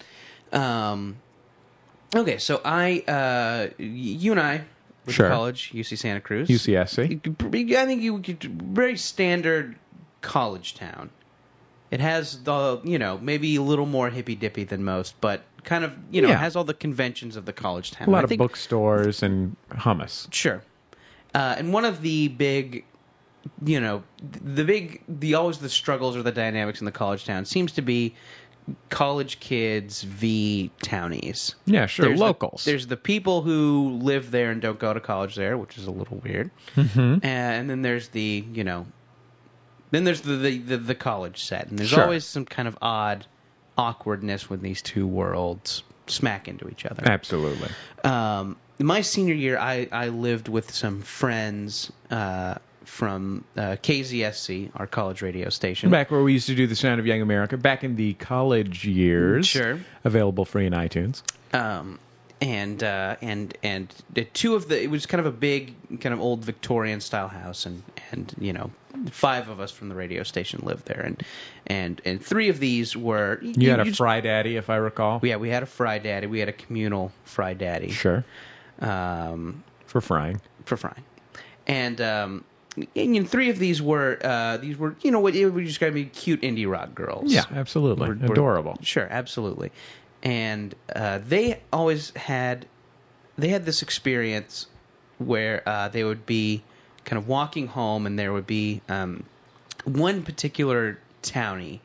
Speaker 4: um, okay. So I, uh, y- you and I, went to
Speaker 3: Sure.
Speaker 4: college, UC Santa Cruz,
Speaker 3: UCSC.
Speaker 4: I think you could very standard college town. It has the you know maybe a little more hippy dippy than most, but kind of you know
Speaker 3: Yeah.
Speaker 4: it has all the conventions of the college town.
Speaker 3: A lot
Speaker 4: I
Speaker 3: of
Speaker 4: think-
Speaker 3: bookstores and hummus.
Speaker 4: Sure. Uh, and one of the big, you know, th- the big, the always the struggles or the dynamics in the college town seems to be college kids v townies.
Speaker 3: Yeah, sure.
Speaker 4: There's the-
Speaker 3: locals.
Speaker 4: there's the people who live there and don't go to college there, which is a little weird. Mm-hmm. And then there's the you know, then there's the the, the, the college set, and there's
Speaker 3: Sure.
Speaker 4: always some kind of odd awkwardness when these two worlds smack into each other
Speaker 3: Absolutely.
Speaker 4: um, my senior year, I, I lived with some friends uh, from uh, KZSC, our college radio station.
Speaker 3: Back where we used to do the Sound of Young America, back in the college years.
Speaker 4: Sure.
Speaker 3: Available free in iTunes.
Speaker 4: Um, and uh, and and the two of the it was kind of a big kind of old Victorian style house, and and you know five of us from the radio station lived there, and and and three of these were
Speaker 3: You, had a
Speaker 4: just-
Speaker 3: fry daddy, if I recall.
Speaker 4: yeah we had a fry daddy we had a communal fry daddy
Speaker 3: Sure.
Speaker 4: um
Speaker 3: For frying.
Speaker 4: for frying. And um, and, you know, three of these were uh, these were you know what you would describe me cute indie rock girls.
Speaker 3: Yeah, absolutely.
Speaker 4: Were- were-
Speaker 3: Adorable.
Speaker 4: Sure, absolutely. And uh, they always had they had this experience where uh, they would be kind of walking home, and there would be um, one particular townie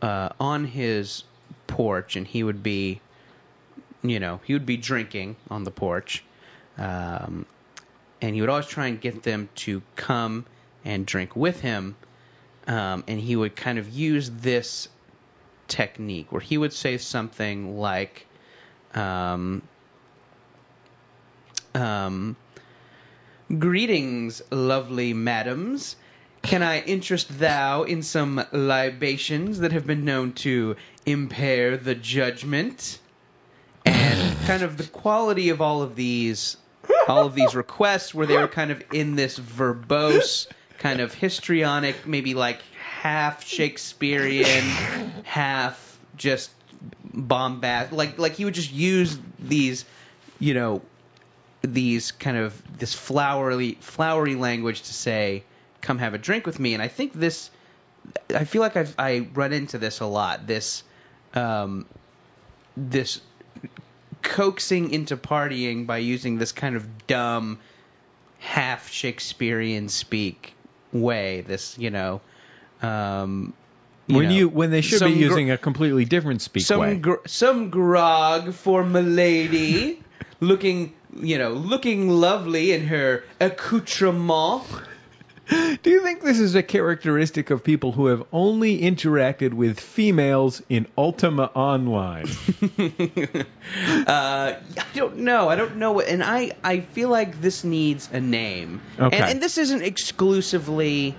Speaker 4: uh, on his porch, and he would be, you know, he would be drinking on the porch, um, and he would always try and get them to come and drink with him, um, and he would kind of use this technique where he would say something like, um, um, Greetings, lovely madams. Can I interest thou in some libations that have been known to impair the judgment? And kind of the quality of all of these, all of these requests, where they were kind of in this verbose, kind of histrionic, maybe like half Shakespearean, half just bombast. Like like he would just use these, you know, these kind of this flowery flowery language to say come have a drink with me and i think this i feel like i've i run into this a lot this um this coaxing into partying by using this kind of dumb half shakespearean speak way this you know um
Speaker 3: when
Speaker 4: know,
Speaker 3: you when they should be
Speaker 4: some gr-
Speaker 3: using a completely different speak way.
Speaker 4: some gr- some grog for milady, looking you know looking lovely in her accoutrement.
Speaker 3: Do you think this is a characteristic of people who have only interacted with females in Ultima Online?
Speaker 4: Uh, I don't know. I don't know. what- And I I feel like this needs a name.
Speaker 3: Okay.
Speaker 4: And, and this isn't exclusively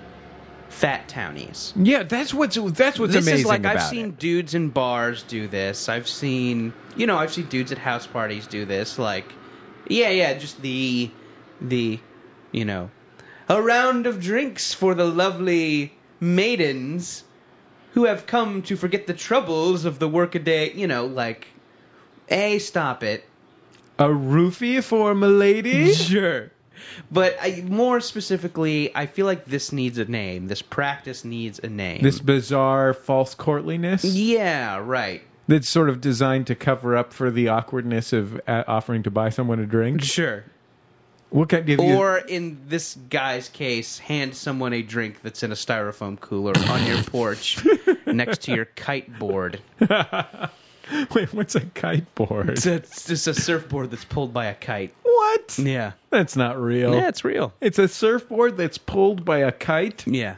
Speaker 4: fat townies.
Speaker 3: yeah, that's what's that's what's
Speaker 4: this
Speaker 3: amazing
Speaker 4: is like
Speaker 3: about
Speaker 4: I've seen
Speaker 3: it.
Speaker 4: dudes in bars do this. I've seen you know I've seen dudes at house parties do this. Like, yeah, yeah, just the the you know a round of drinks for the lovely maidens who have come to forget the troubles of the workaday. You know, like a stop it.
Speaker 3: a roofie for milady.
Speaker 4: Sure. But I, more specifically, I feel like this needs a name. This practice needs a name.
Speaker 3: this bizarre false courtliness
Speaker 4: yeah, right.
Speaker 3: that's sort of designed to cover up for the awkwardness of uh, offering to buy someone a drink.
Speaker 4: Sure.
Speaker 3: What kind of
Speaker 4: Or in this guy's case, hand someone a drink that's in a styrofoam cooler on your porch next to your kite board.
Speaker 3: Wait, what's a kite board?
Speaker 4: It's, it's just a surfboard that's pulled by a kite. Oh.
Speaker 3: What?
Speaker 4: Yeah.
Speaker 3: That's not real.
Speaker 4: Yeah, it's real.
Speaker 3: It's a surfboard that's pulled by a kite.
Speaker 4: Yeah.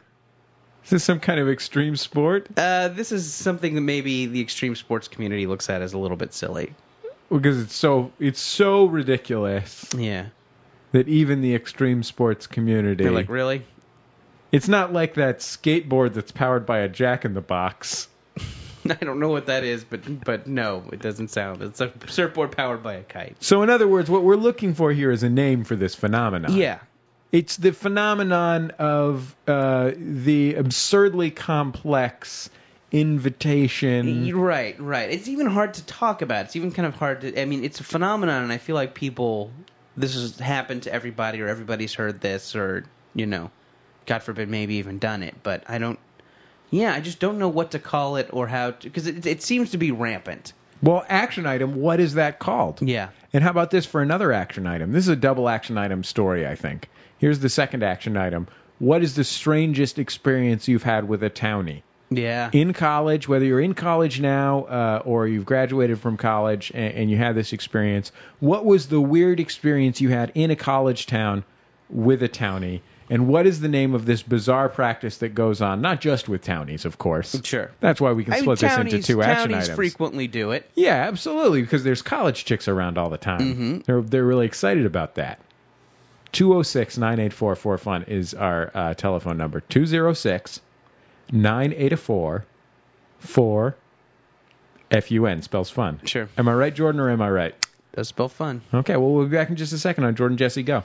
Speaker 3: Is this some kind of extreme sport?
Speaker 4: Uh, this is something that maybe the extreme sports community looks at as a little bit silly.
Speaker 3: Because it's so it's so ridiculous
Speaker 4: Yeah.
Speaker 3: that even the extreme sports community
Speaker 4: They're like, really?
Speaker 3: it's not like that skateboard that's powered by a jack in the box.
Speaker 4: I don't know what that is, but but no, it doesn't sound. It's a surfboard powered by a kite.
Speaker 3: So in other words, what we're looking for here is a name for this phenomenon.
Speaker 4: Yeah.
Speaker 3: It's the phenomenon of uh, the absurdly complex invitation.
Speaker 4: You're Right, right. It's even hard to talk about. It's even kind of hard to. I mean, it's a phenomenon, and I feel like people. This has happened to everybody, or everybody's heard this, or you know, God forbid, maybe even done it. But I don't. Yeah, I just don't know what to call it or how to, because it, it seems to be rampant.
Speaker 3: Well, action item, what is that called?
Speaker 4: Yeah.
Speaker 3: And how about this for another action item? This is a double action item story, I think. Here's the second action item. What is the strangest experience you've had with a townie?
Speaker 4: Yeah.
Speaker 3: in college, whether you're in college now uh, or you've graduated from college and, and you had this experience, what was the weird experience you had in a college town with a townie? And what is the name of this bizarre practice that goes on, not just with townies, of course?
Speaker 4: Sure.
Speaker 3: That's why we can
Speaker 4: I mean,
Speaker 3: split this into
Speaker 4: townies-
Speaker 3: two action
Speaker 4: townies
Speaker 3: items.
Speaker 4: frequently do it.
Speaker 3: Yeah, absolutely, because there's college chicks around all the time. They're, they're really excited about that. 206 984 4FUN is our uh, telephone number. 206 984 4 FUN spells fun.
Speaker 4: Sure.
Speaker 3: Am I right, Jordan, or am I right?
Speaker 4: That's both fun.
Speaker 3: Okay, well, we'll be back in just a second on Jordan Jesse Go.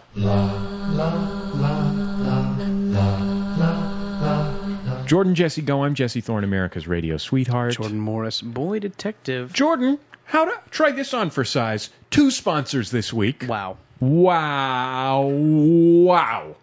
Speaker 3: Jordan Jesse Go, I'm Jesse Thorne, America's radio sweetheart.
Speaker 4: Jordan Morris, boy detective.
Speaker 3: Jordan, how to try this on for size? Two sponsors this week.
Speaker 4: Wow.
Speaker 3: Wow. Wow.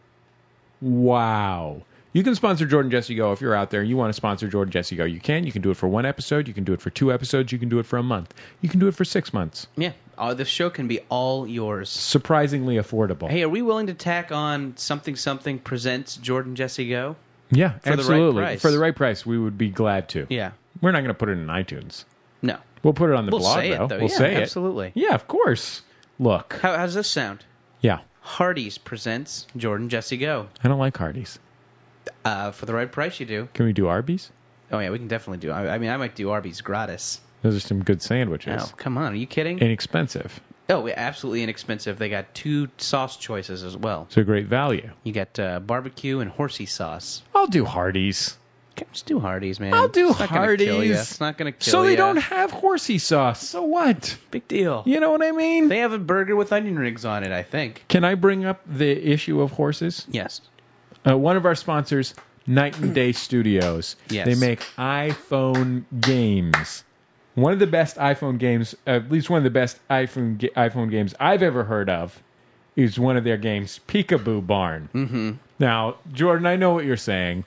Speaker 3: Wow. You can sponsor Jordan Jesse Go if you're out there and you want to sponsor Jordan Jesse Go. You can. You can do it for one episode. You can do it for two episodes. You can do it for a month. You can do it for six months.
Speaker 4: Yeah. Uh, this show can be all yours.
Speaker 3: Surprisingly affordable.
Speaker 4: Hey, are we willing to tack on something something presents Jordan Jesse Go?
Speaker 3: yeah,
Speaker 4: the right
Speaker 3: absolutely.
Speaker 4: price.
Speaker 3: for the right price, we would be glad to.
Speaker 4: Yeah.
Speaker 3: We're not going to put it in iTunes.
Speaker 4: No.
Speaker 3: We'll put it on the
Speaker 4: We'll
Speaker 3: blog,
Speaker 4: say it,
Speaker 3: though.
Speaker 4: though.
Speaker 3: We'll
Speaker 4: Yeah,
Speaker 3: say it.
Speaker 4: absolutely.
Speaker 3: Yeah, of course. Look.
Speaker 4: How, how does this sound?
Speaker 3: Yeah.
Speaker 4: Hardee's presents Jordan Jesse Go.
Speaker 3: I don't like Hardee's.
Speaker 4: Uh, for the right price, you do.
Speaker 3: Can we do Arby's?
Speaker 4: Oh yeah, we can definitely do. I, I mean, I might do Arby's gratis.
Speaker 3: Those are some good sandwiches.
Speaker 4: Oh come on, are you kidding?
Speaker 3: Inexpensive.
Speaker 4: oh, yeah, absolutely inexpensive. They got two sauce choices as well.
Speaker 3: So great value.
Speaker 4: You got uh, barbecue and horsey sauce.
Speaker 3: I'll do Hardee's.
Speaker 4: Okay, Just do Hardee's, man.
Speaker 3: I'll do
Speaker 4: it's not gonna kill ya.
Speaker 3: Hardee's.
Speaker 4: It's not gonna kill
Speaker 3: So they
Speaker 4: ya.
Speaker 3: don't have horsey sauce. So what?
Speaker 4: big deal.
Speaker 3: You know what I mean?
Speaker 4: They have a burger with onion rings on it, I think.
Speaker 3: Can I bring up the issue of horses?
Speaker 4: Yes.
Speaker 3: Uh, one of our sponsors, Night and Day Studios.
Speaker 4: Yes.
Speaker 3: They make iPhone games. One of the best iPhone games, at least one of the best iPhone ga- iPhone games I've ever heard of, is one of their games, Peekaboo Barn. Mm-hmm. Now, Jordan, I know what you're saying.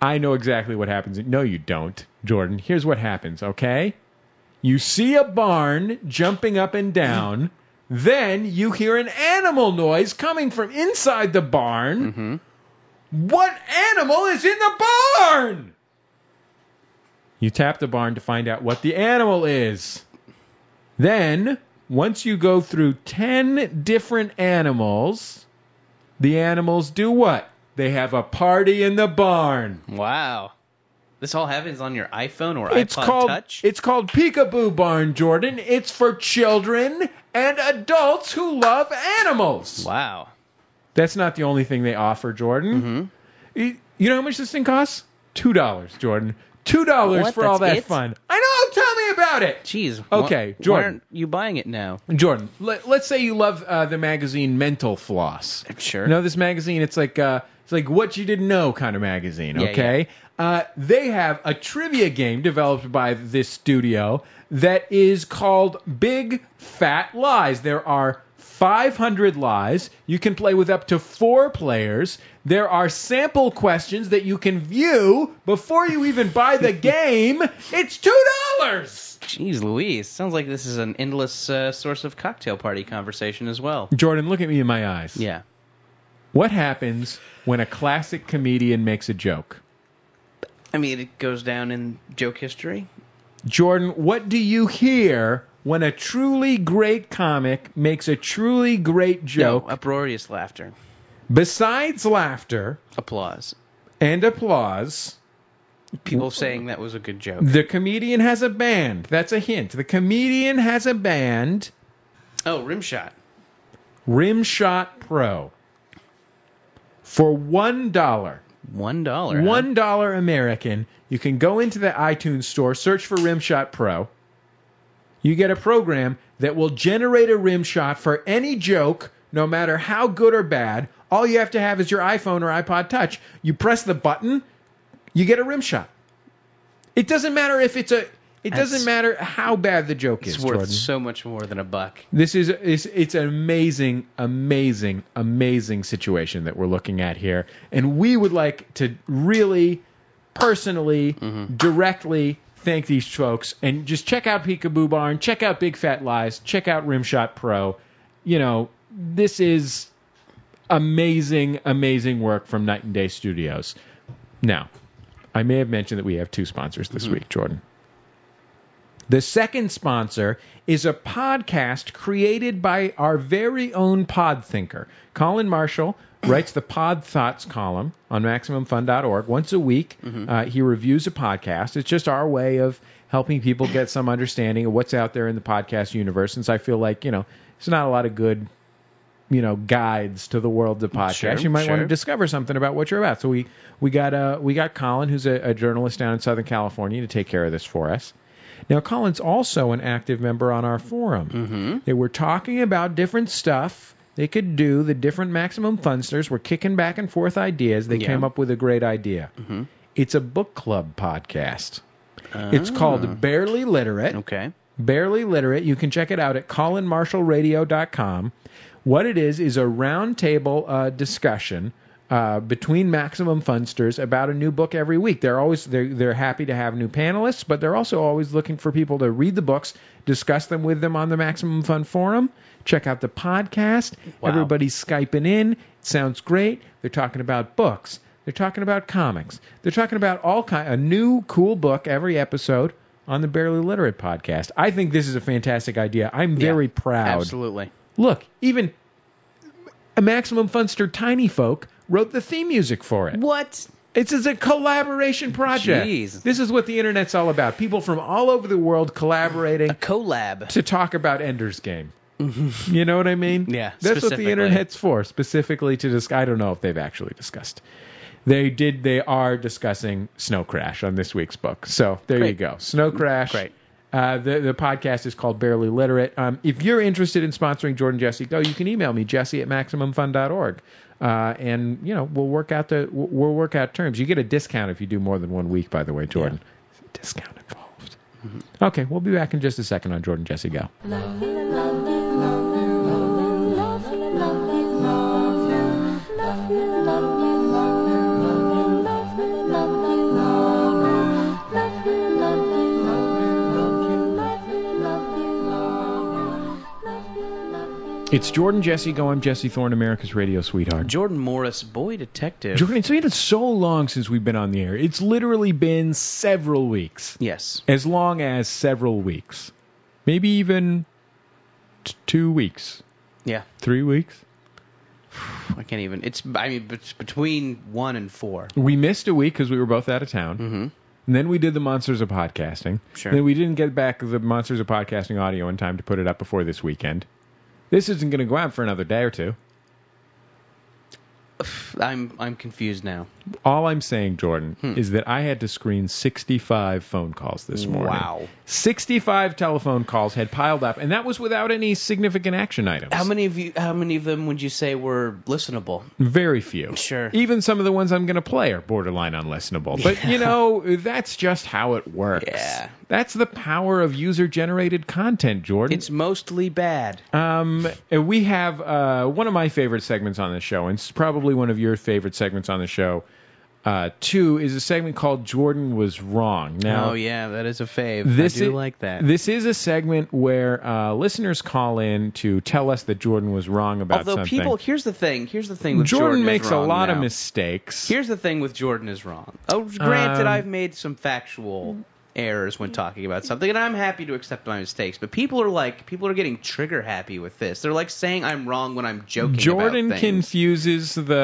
Speaker 3: I know exactly what happens. No, you don't, Jordan. Here's what happens, okay? You see a barn jumping up and down. Then you hear an animal noise coming from inside the barn. What animal is in the barn? You tap the barn to find out what the animal is. Then, once you go through 10 different animals, the animals do what? They have a party in the barn.
Speaker 4: Wow. This all happens on your iPhone or
Speaker 3: It's
Speaker 4: iPod
Speaker 3: called
Speaker 4: Touch.
Speaker 3: It's called Peekaboo Barn, Jordan. It's for children and adults who love animals.
Speaker 4: wow.
Speaker 3: That's not the only thing they offer,
Speaker 4: Mm-hmm.
Speaker 3: Jordan. You, you know how much this thing costs? Two dollars, Jordan. Two dollars
Speaker 4: What?
Speaker 3: for all
Speaker 4: That's
Speaker 3: that
Speaker 4: it?
Speaker 3: fun. I know. Tell me about it,
Speaker 4: Jeez.
Speaker 3: Okay,
Speaker 4: why, why
Speaker 3: Jordan.
Speaker 4: aren't you buying it now?
Speaker 3: Jordan. Let, let's say you love uh, the magazine Mental Floss.
Speaker 4: Sure.
Speaker 3: You know this magazine? It's like uh, it's like what you didn't know kind of magazine.
Speaker 4: Yeah,
Speaker 3: Okay. Uh, they have a trivia game developed by this studio that is called Big Fat Lies. There are 500 lies. You can play with up to four players. There are sample questions that you can view before you even buy the game. It's two dollars.
Speaker 4: Jeez Louise. Sounds like this is an endless uh, source of cocktail party conversation as well.
Speaker 3: Jordan, look at me in my eyes.
Speaker 4: Yeah.
Speaker 3: What happens when a classic comedian makes a joke?
Speaker 4: I mean, it goes down in joke history.
Speaker 3: Jordan, what do you hear when a truly great comic makes a truly great joke?
Speaker 4: No, uproarious laughter.
Speaker 3: Besides laughter
Speaker 4: Applause.
Speaker 3: and applause,
Speaker 4: People saying that was a good joke.
Speaker 3: the comedian has a band. That's a hint. The comedian has a band,
Speaker 4: Oh, rimshot.
Speaker 3: Rimshot Pro, for one dollar.
Speaker 4: One dollar. huh?
Speaker 3: One dollar American. You can go into the iTunes store, search for Rimshot Pro. You get a program that will generate a rim shot for any joke, no matter how good or bad. All you have to have is your iPhone or iPod Touch. You press the button, you get a rim shot. It doesn't matter if it's a. It
Speaker 4: That's-
Speaker 3: doesn't matter how bad the joke
Speaker 4: It's
Speaker 3: is.
Speaker 4: worth
Speaker 3: Jordan. Mm.
Speaker 4: so much more than a buck.
Speaker 3: This is it's, it's an amazing, amazing, amazing situation that we're looking at here, and we would like to really, personally, directly thank these folks. And just check out Peekaboo Barn, check out Big Fat Lies, check out Rimshot Pro. You know, this is amazing, amazing work from Night and Day Studios. Now, I may have mentioned that we have two sponsors this week, Jordan. The second sponsor is a podcast created by our very own Podthinker. Colin Marshall writes the Pod Thoughts column on MaximumFun.org. Once a week,
Speaker 4: Mm-hmm.
Speaker 3: uh, he reviews a podcast. It's just our way of helping people get some understanding of what's out there in the podcast universe, since I feel like, you know, there's not a lot of good, you know, guides to the world of podcasts.
Speaker 4: Sure,
Speaker 3: you might want
Speaker 4: sure.
Speaker 3: to discover something about what you're about. So we, we got uh, we got Colin, who's a, a journalist down in Southern California, to take care of this for us. Now, Colin's also an active member on our forum. Mm-hmm. They were talking about different stuff they could do. The different maximum funsters were kicking back and forth ideas. They
Speaker 4: Yeah.
Speaker 3: came up with a great idea. Mm-hmm. It's a book club podcast. It's called Barely Literate.
Speaker 4: Okay.
Speaker 3: Barely Literate. You can check it out at colinmarshallradio.com. What it is is a roundtable uh, discussion uh, between Maximum Funsters about a new book every week. They're always they're, they're happy to have new panelists, but they're also always looking for people to read the books, discuss them with them on the Maximum Fun forum. Check out the podcast.
Speaker 4: Wow.
Speaker 3: Everybody's skyping in. It sounds great. They're talking about books. They're talking about comics. They're talking about all kind a new cool book every episode on the Barely Literate podcast. I think this is a fantastic idea. I'm very
Speaker 4: Yeah,
Speaker 3: proud.
Speaker 4: Absolutely.
Speaker 3: Look, even a Maximum Funster Tiny Folk wrote the theme music for it.
Speaker 4: What?
Speaker 3: It's is a collaboration project.
Speaker 4: Jeez.
Speaker 3: This is what the internet's all about. People from all over the world collaborating
Speaker 4: A collab.
Speaker 3: to talk about Ender's Game. you know what I mean?
Speaker 4: Yeah,
Speaker 3: That's what the
Speaker 4: specifically.
Speaker 3: internet's for, specifically to discuss. I don't know if they've actually discussed. They did. They are discussing Snow Crash on this week's book. So there you
Speaker 4: Great.
Speaker 3: go. Snow Crash.
Speaker 4: Great.
Speaker 3: Uh, the the podcast is called Barely Literate. Um, if you're interested in sponsoring Jordan Jesse Go, you can email me Jesse at maximumfun.org, uh, and you know we'll work out the we'll- we'll work out terms. You get a discount if you do more than one week, by the way, Jordan. There's a discount involved. Okay, we'll be back in just a second on Jordan Jesse Go. It's Jordan Jesse Go. I'm Jesse Thorne, America's radio sweetheart.
Speaker 4: Jordan Morris, boy detective.
Speaker 3: Jordan, it's been so long since we've been on the air. It's literally been several weeks.
Speaker 4: Yes.
Speaker 3: As long as several weeks. Maybe even t- two weeks.
Speaker 4: Yeah.
Speaker 3: Three weeks.
Speaker 4: I can't even. It's. I mean, it's between one and four.
Speaker 3: We missed a week because we were both out of town.
Speaker 4: Mhm.
Speaker 3: And then we did the Monsters of Podcasting.
Speaker 4: Sure.
Speaker 3: Then we didn't get back the Monsters of Podcasting audio in time to put it up before this weekend. This isn't going to go out for another day or two.
Speaker 4: I'm. I'm confused now.
Speaker 3: All I'm saying, Jordan,
Speaker 4: Hmm.
Speaker 3: is that I had to screen 65 phone calls this morning.
Speaker 4: Wow.
Speaker 3: 65 telephone calls had piled up, and that was without any significant action items.
Speaker 4: How many of you? How many of them would you say were listenable?
Speaker 3: Very few.
Speaker 4: Sure.
Speaker 3: Even some of the ones I'm going to play are borderline unlistenable. But, you know, that's just how it works.
Speaker 4: Yeah.
Speaker 3: That's the power of user generated content, Jordan.
Speaker 4: It's mostly bad.
Speaker 3: Um, we have uh, one of my favorite segments on the show, and it's probably one of your favorite segments on the show. Uh, two is a segment called "Jordan Was Wrong." Now,
Speaker 4: oh yeah, that is a fave.
Speaker 3: this
Speaker 4: I do
Speaker 3: is,
Speaker 4: like that.
Speaker 3: This is a segment where uh, listeners call in to tell us that Jordan was wrong about
Speaker 4: Although
Speaker 3: something.
Speaker 4: people, here's the thing. Here's the thing with
Speaker 3: Jordan,
Speaker 4: Jordan, is
Speaker 3: makes a
Speaker 4: wrong
Speaker 3: lot of
Speaker 4: now.
Speaker 3: mistakes.
Speaker 4: Here's the thing with Jordan is wrong. Oh, granted,
Speaker 3: Um,
Speaker 4: I've made some factual errors when talking about something, and I'm happy to accept my mistakes. But people are like, people are getting trigger happy with this. They're like saying I'm wrong when I'm joking.
Speaker 3: Jordan
Speaker 4: about things.
Speaker 3: confuses the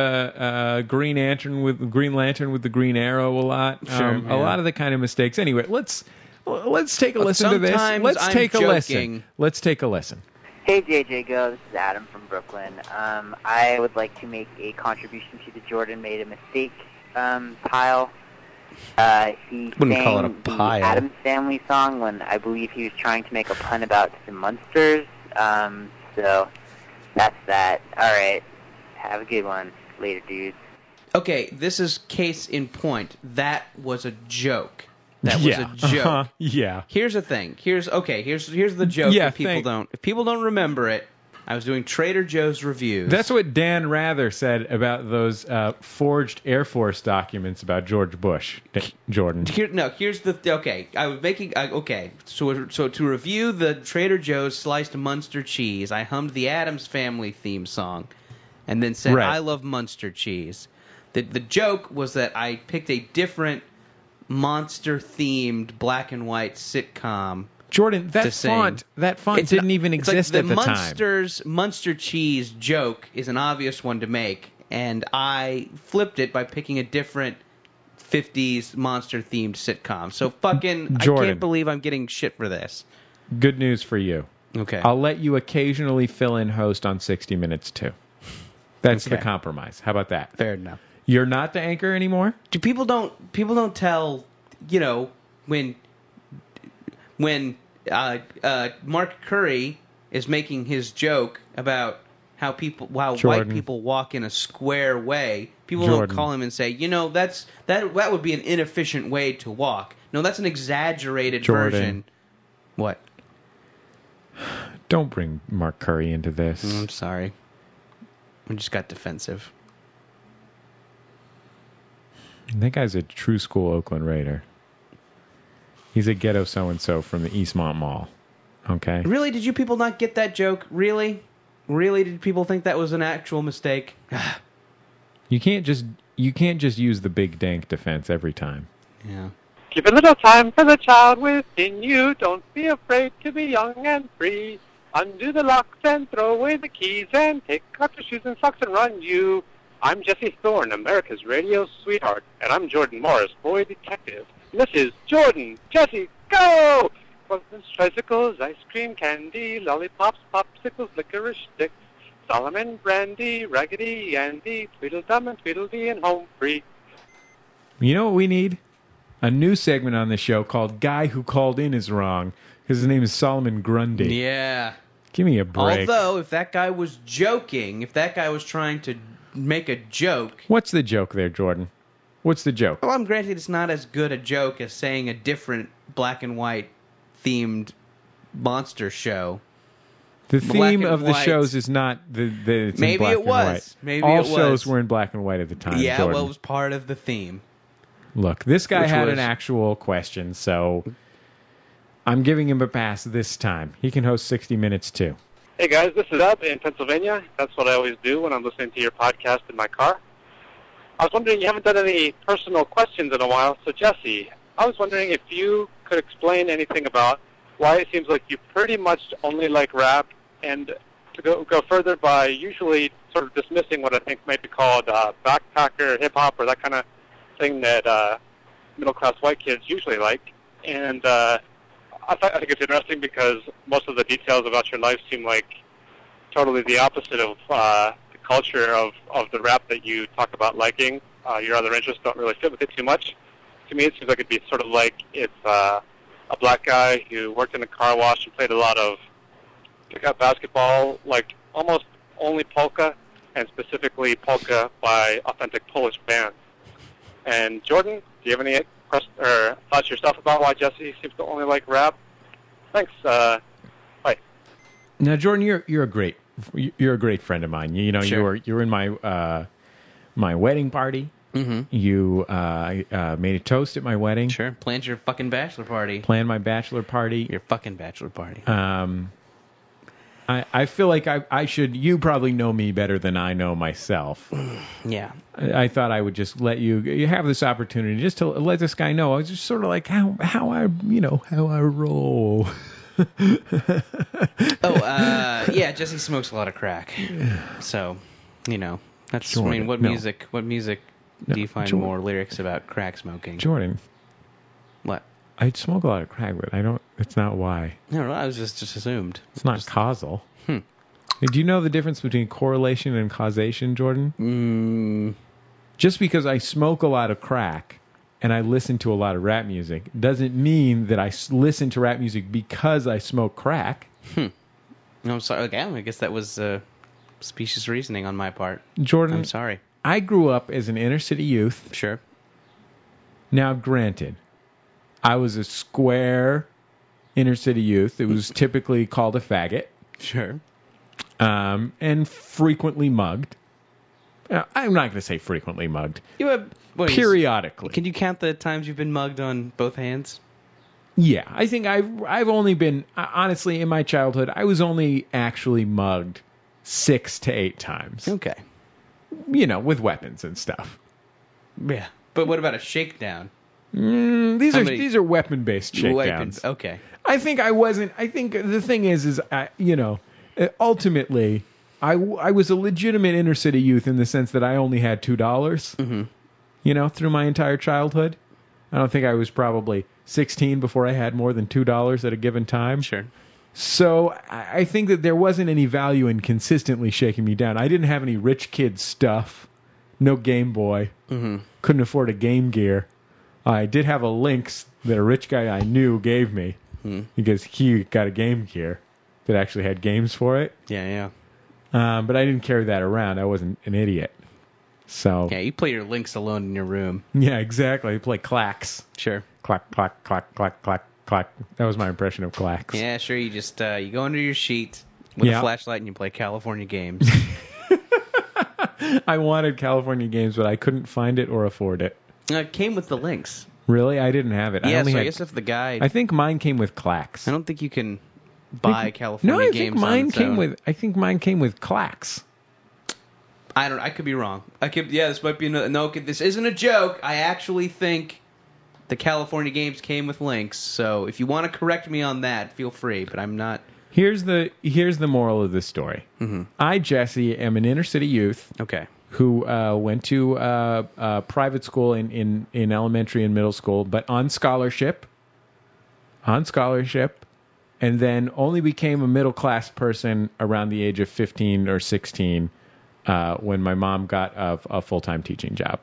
Speaker 3: uh, Green Lantern with Green Lantern with the Green Arrow a lot.
Speaker 4: Sure,
Speaker 3: um,
Speaker 4: yeah.
Speaker 3: a lot of the kind of mistakes. Anyway, let's let's take a listen to this.
Speaker 4: sometimes
Speaker 3: Let's
Speaker 4: I'm
Speaker 3: take a listen.
Speaker 4: joking.
Speaker 3: Let's take a listen.
Speaker 5: Hey JJ Go, this is Adam from Brooklyn. Um, I would like to make a contribution to the Jordan Made a Mistake um, pile. Uh, he
Speaker 4: Wouldn't
Speaker 5: sang
Speaker 4: call it a
Speaker 5: the
Speaker 4: pile.
Speaker 5: Adams Family song when I believe he was trying to make a pun about the Munsters. Um, so that's that. All right, have a good one. Later, dudes.
Speaker 4: Okay, this is case in point. That was a joke. That was
Speaker 3: yeah.
Speaker 4: a joke.
Speaker 3: Uh-huh. Yeah.
Speaker 4: Here's the thing. Here's okay. Here's here's the joke.
Speaker 3: Yeah,
Speaker 4: if people
Speaker 3: thank-
Speaker 4: don't if people don't remember it, I was doing Trader Joe's reviews.
Speaker 3: That's what Dan Rather said about those uh, forged Air Force documents about George Bush. D- Jordan.
Speaker 4: Here, no, here's the okay. I was making uh, okay. So so to review the Trader Joe's sliced Munster cheese, I hummed the Adams Family theme song, and then said
Speaker 3: Right.
Speaker 4: I love Munster cheese. The the joke was that I picked a different monster themed black and white sitcom.
Speaker 3: Jordan,
Speaker 4: The
Speaker 3: that
Speaker 4: same.
Speaker 3: font that font
Speaker 4: It's
Speaker 3: didn't
Speaker 4: not-
Speaker 3: even
Speaker 4: it's like
Speaker 3: exist at the time.
Speaker 4: Munsters, Munster cheese joke is an obvious one to make, and I flipped it by picking a different 50s monster themed sitcom. So fucking, I
Speaker 3: Jordan.
Speaker 4: can't believe I'm getting shit for this.
Speaker 3: Good news for you.
Speaker 4: Okay.
Speaker 3: I'll let you occasionally fill in host on 60 Minutes too. That's the
Speaker 4: Okay.
Speaker 3: compromise. How about that?
Speaker 4: Fair enough.
Speaker 3: You're not the anchor anymore.
Speaker 4: Do people don't people don't tell you know when when uh, uh, Mark Curry is making his joke about how people how
Speaker 3: Jordan.
Speaker 4: white people walk in a square way. People
Speaker 3: Jordan.
Speaker 4: don't call him and say, you know, that's that that would be an inefficient way to walk. No, that's an exaggerated
Speaker 3: Jordan.
Speaker 4: version. What?
Speaker 3: Don't bring Mark Curry into this.
Speaker 4: Mm, I'm sorry. I just got defensive.
Speaker 3: That guy's a true school Oakland Raider. He's a ghetto so and so from the Eastmont Mall. Okay.
Speaker 4: Really? Did you people not get that joke? Really? Really? Did people think that was an actual mistake?
Speaker 3: You can't just you can't just use the big dank defense every time.
Speaker 4: yeah.
Speaker 6: Give a little time for the child within you. Don't be afraid to be young and free. Undo the locks and throw away the keys and take off your shoes and socks and run you. I'm Jesse Thorne, America's radio sweetheart, and I'm Jordan Morris, boy detective. And this is Jordan, Jesse, go! Buttons, tricycles, ice cream, candy, lollipops, popsicles, licorice sticks, Solomon brandy, Raggedy Andy, Tweedledum and Tweedledee and Home Free.
Speaker 3: You know what we need? A new segment on the show called "Guy Who Called In Is Wrong" because his name is Solomon Grundy.
Speaker 4: Yeah.
Speaker 3: Give me a break.
Speaker 4: Although, if that guy was joking, if that guy was trying to make a joke,
Speaker 3: What's the joke there, Jordan? What's the joke?
Speaker 4: well, I'm granted it's not as good a joke as saying a different black and white themed monster show.
Speaker 3: The
Speaker 4: Black
Speaker 3: theme
Speaker 4: and
Speaker 3: of the
Speaker 4: white.
Speaker 3: shows is not the, the it's in
Speaker 4: Maybe
Speaker 3: black
Speaker 4: it
Speaker 3: and
Speaker 4: was.
Speaker 3: white.
Speaker 4: Maybe
Speaker 3: all
Speaker 4: it was.
Speaker 3: shows were in black and white at the time.
Speaker 4: yeah,
Speaker 3: Jordan.
Speaker 4: well, it was part of the theme.
Speaker 3: Look, this guy
Speaker 4: Which
Speaker 3: had
Speaker 4: was-
Speaker 3: an actual question, so I'm giving him a pass this time. He can host 60 Minutes too.
Speaker 6: Hey guys, this is Up in Pennsylvania. That's what I always do when I'm listening to your podcast in my car. I was wondering, you haven't done any personal questions in a while, so Jesse, I was wondering if you could explain anything about why it seems like you pretty much only like rap, and to go go further by usually sort of dismissing what I think might be called uh, backpacker hip hop or that kind of thing that uh, middle class white kids usually like, and uh, I, th- I think it's interesting because most of the details about your life seem like totally the opposite of uh, the culture of, of the rap that you talk about liking. Uh, your other interests don't really fit with it too much. To me, it seems like it'd be sort of like it's uh, a black guy who worked in a car wash and played a lot of pickup basketball, like almost only polka, and specifically polka by authentic Polish bands. And Jordan, do you have any quest- or thoughts yourself about why Jesse seems to only like rap? Thanks. Uh, bye.
Speaker 3: Now, Jordan, you're you're a great you're a great friend of mine. You, you know, you
Speaker 4: Sure.
Speaker 3: were you were in my uh, my wedding party.
Speaker 4: Mm-hmm.
Speaker 3: You uh, uh, made a toast at my wedding.
Speaker 4: Sure. Planned your fucking bachelor party.
Speaker 3: Planned my bachelor party.
Speaker 4: Your fucking bachelor party.
Speaker 3: Um, I, I feel like I, I should. You probably know me better than I know myself.
Speaker 4: yeah.
Speaker 3: I, I thought I would just let you you have this opportunity just to let this guy know. I was just sort of like how how I you know how I roll.
Speaker 4: Oh, uh, yeah. Jesse smokes a lot of crack, so you know that's. I
Speaker 3: Jordan,
Speaker 4: mean, what
Speaker 3: no.
Speaker 4: music? What music do you find
Speaker 3: Jordan.
Speaker 4: more lyrics about crack smoking?
Speaker 3: Jordan,
Speaker 4: What?
Speaker 3: I smoke a lot of crack, but I don't. It's not why.
Speaker 4: No, no, I was just just assumed.
Speaker 3: It's not causal. Do you know the difference between correlation and causation, Jordan?
Speaker 4: Mm,
Speaker 3: Just because I smoke a lot of crack and I listen to a lot of rap music doesn't mean that I s- listen to rap music because I smoke crack.
Speaker 4: I'm sorry. Okay, I guess that was uh, specious reasoning on my part.
Speaker 3: Jordan,
Speaker 4: I'm sorry.
Speaker 3: I grew up as an inner city youth
Speaker 4: Sure.
Speaker 3: Now, granted, I was a square inner city youth. It was typically called a faggot
Speaker 4: Sure.
Speaker 3: um, and frequently mugged. Uh, I'm not going to say frequently mugged.
Speaker 4: You have well, you-
Speaker 3: Periodically.
Speaker 4: Can you count the times you've been mugged on both hands?
Speaker 3: yeah, I think I've, I've only been, uh, honestly, in my childhood, I was only actually mugged six to eight times,
Speaker 4: Okay.
Speaker 3: you know, with weapons and stuff.
Speaker 4: Yeah. But what about a shakedown?
Speaker 3: Mm, these
Speaker 4: Hmm, How
Speaker 3: are
Speaker 4: many-
Speaker 3: these are weapon based
Speaker 4: Weapons.
Speaker 3: shakedowns.
Speaker 4: Okay.
Speaker 3: I think I wasn't. I think the thing is, is I, you know, uh, ultimately, I, w- I was a legitimate inner city youth in the sense that I only had two dollars.
Speaker 4: Mm-hmm.
Speaker 3: You know, through my entire childhood, I don't think I was probably 16 before I had more than two dollars at a given time.
Speaker 4: Sure.
Speaker 3: So I I think that there wasn't any value in consistently shaking me down. I didn't have any rich kid stuff, no Game Boy, mm-hmm. couldn't afford a Game Gear. I did have a Lynx that a rich guy I knew gave me because he got a Game Gear that actually had games for it.
Speaker 4: Yeah, yeah.
Speaker 3: Um, but I didn't carry that around. I wasn't an idiot. So
Speaker 4: Yeah, you play your links alone in your room.
Speaker 3: yeah, exactly. I play clacks,
Speaker 4: Sure.
Speaker 3: clack clack clack clack clack clack. That was my impression of clacks.
Speaker 4: Yeah, sure. You just uh, you go under your sheet with
Speaker 3: Yeah.
Speaker 4: a flashlight and you play California games.
Speaker 3: I wanted California games, but I couldn't find it or afford it.
Speaker 4: Uh, it came with the links.
Speaker 3: Really, I didn't have it. I
Speaker 4: Yeah,
Speaker 3: only
Speaker 4: so I
Speaker 3: had,
Speaker 4: guess if the guy,
Speaker 3: I think mine came with clacks.
Speaker 4: I don't think you can buy California
Speaker 3: no, I
Speaker 4: games.
Speaker 3: think
Speaker 4: on
Speaker 3: mine
Speaker 4: its
Speaker 3: came
Speaker 4: own.
Speaker 3: with. I think mine came with clacks.
Speaker 4: I don't. I could be wrong. I could. Yeah, this might be no. no okay, this isn't a joke. I actually think the California games came with links. So if you want to correct me on that, feel free. But I'm not.
Speaker 3: Here's the here's the moral of this story.
Speaker 4: Mm-hmm.
Speaker 3: I Jesse am an inner city youth
Speaker 4: Okay.
Speaker 3: who uh, went to uh, uh, private school in, in in elementary and middle school, but on scholarship, on scholarship, and then only became a middle class person around the age of 15 or 16 uh, when my mom got a, a full time teaching job.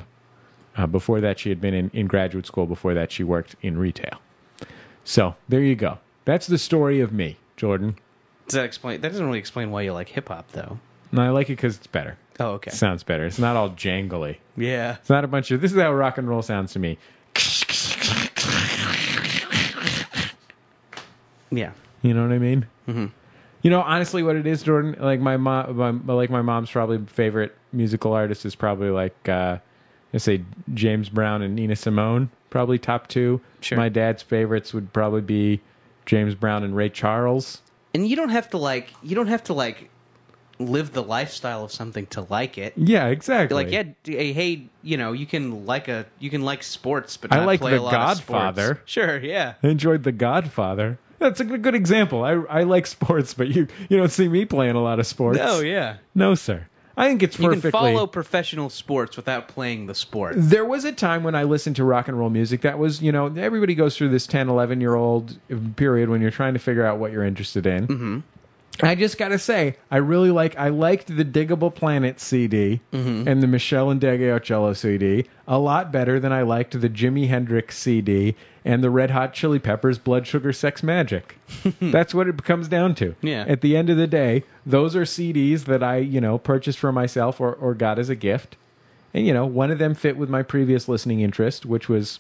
Speaker 3: Uh, before that, she had been in, in graduate school. Before that, she worked in retail. So there you go. That's the story of me, Jordan.
Speaker 4: Does that explain? That doesn't really explain why you like hip hop though.
Speaker 3: And I like it because it's better.
Speaker 4: Oh, okay.
Speaker 3: It sounds better. It's not all jangly.
Speaker 4: yeah.
Speaker 3: It's not a bunch of. This is how rock and roll sounds to me.
Speaker 4: Yeah.
Speaker 3: You know what I mean? Mm-hmm. You know, honestly, what it is, Jordan. Like my mom, my, like my mom's probably favorite musical artist is probably like, uh, I say James Brown and Nina Simone, probably top two.
Speaker 4: Sure.
Speaker 3: My dad's favorites would probably be James Brown and Ray Charles.
Speaker 4: And you don't have to like. You don't have to like live the lifestyle of something to like it.
Speaker 3: Yeah, exactly.
Speaker 4: Like yeah, d- hey, hey, you know, you can like a you can like sports, but
Speaker 3: I
Speaker 4: not
Speaker 3: like
Speaker 4: play
Speaker 3: The
Speaker 4: a lot of sports.
Speaker 3: Godfather.
Speaker 4: Sure, yeah.
Speaker 3: I enjoyed The Godfather. That's a good good example. I I like sports, but you you don't see me playing a lot of sports.
Speaker 4: No, Oh, yeah.
Speaker 3: No, sir. I think it's
Speaker 4: You
Speaker 3: perfectly.
Speaker 4: can follow professional sports without playing the sport.
Speaker 3: there was a time when I listened to rock and roll music that was, you know, everybody goes through this 10, 11 year old period when you're trying to figure out what you're interested in. Mm-hmm. I just got to say, I really like, I liked the Diggable Planet CD and the Michelle and Daggio Cello CD a lot better than I liked the Jimi Hendrix CD and the Red Hot Chili Peppers Blood Sugar Sex Magic. That's what it comes down to.
Speaker 4: Yeah.
Speaker 3: At the end of the day, those are CDs that I, you know, purchased for myself or, or got as a gift. And you know, one of them fit with my previous listening interest, which was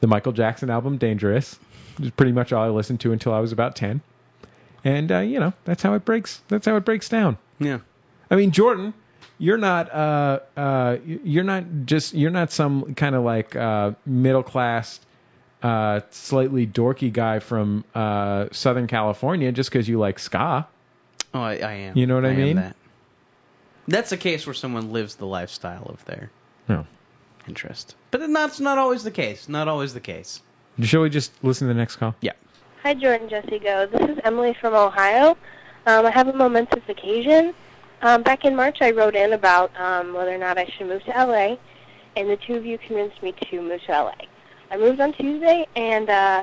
Speaker 3: the Michael Jackson album Dangerous. It was pretty much all I listened to until I was about 10. And uh, you know, that's how it breaks that's how it breaks down.
Speaker 4: Yeah.
Speaker 3: I mean, Jordan, you're not uh uh you're not just you're not some kind of like uh middle class uh slightly dorky guy from uh Southern California just cuz you like ska.
Speaker 4: Oh, I, I am.
Speaker 3: You know what I
Speaker 4: am
Speaker 3: mean?
Speaker 4: that. That's a case where someone lives the lifestyle of their
Speaker 3: No.
Speaker 4: interest, but then that's not always the case. Not always the case.
Speaker 3: Shall we just listen to the next call?
Speaker 4: Yeah.
Speaker 7: Hi, Jordan Jesse Go. This is Emily from Ohio. Um, I have a momentous occasion. Um, back in March, I wrote in about um, whether or not I should move to LA, and the two of you convinced me to move to LA. I moved on Tuesday, and uh,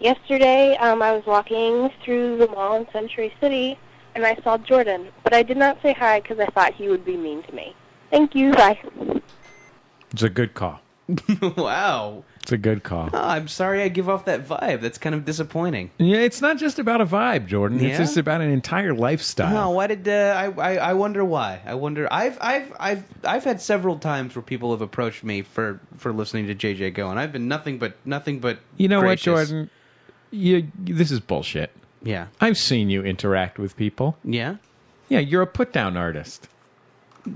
Speaker 7: yesterday um, I was walking through the mall in Century City, and I saw Jordan, but I did not say hi because I thought he would be mean to me. Thank you. Bye.
Speaker 3: It's a good call.
Speaker 4: wow.
Speaker 3: It's a good call.
Speaker 4: Oh, I'm sorry I give off that vibe. That's kind of disappointing.
Speaker 3: Yeah, it's not just about a vibe, Jordan. It's
Speaker 4: Yeah?
Speaker 3: just about an entire
Speaker 4: No,
Speaker 3: lifestyle.
Speaker 4: why did uh, I, I? I wonder why. I wonder. I've I've I've I've had several times where people have approached me for for listening to JJ Go, and I've been nothing but nothing but.
Speaker 3: you know
Speaker 4: gracious.
Speaker 3: what, Jordan? You, this is bullshit.
Speaker 4: Yeah.
Speaker 3: I've seen you interact with people.
Speaker 4: Yeah.
Speaker 3: Yeah, you're a put down artist.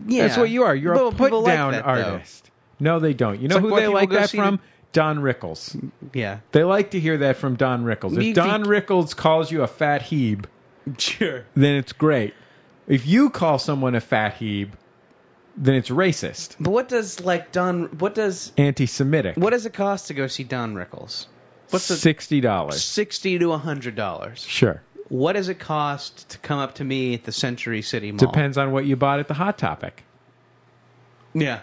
Speaker 4: Yeah.
Speaker 3: That's what you are. You're
Speaker 4: But
Speaker 3: a
Speaker 4: people
Speaker 3: put
Speaker 4: like
Speaker 3: down
Speaker 4: that, though.
Speaker 3: artist. No, they don't. You know
Speaker 4: like
Speaker 3: who
Speaker 4: why
Speaker 3: they
Speaker 4: people
Speaker 3: like
Speaker 4: go
Speaker 3: that
Speaker 4: see
Speaker 3: from?
Speaker 4: the-
Speaker 3: Don Rickles.
Speaker 4: Yeah.
Speaker 3: They like to hear that from Don Rickles. If
Speaker 4: You
Speaker 3: Don
Speaker 4: think-
Speaker 3: Rickles calls you a fat heeb,
Speaker 4: Sure.
Speaker 3: then it's great. If you call someone a fat heeb, then it's racist,
Speaker 4: But what does like Don? What does
Speaker 3: anti-Semitic.
Speaker 4: what does it cost to go see Don Rickles? What's the
Speaker 3: sixty dollars?
Speaker 4: sixty to hundred dollars?
Speaker 3: Sure.
Speaker 4: What does it cost to come up to me at the Century City Mall?
Speaker 3: Depends on what you bought at the Hot Topic.
Speaker 4: Yeah.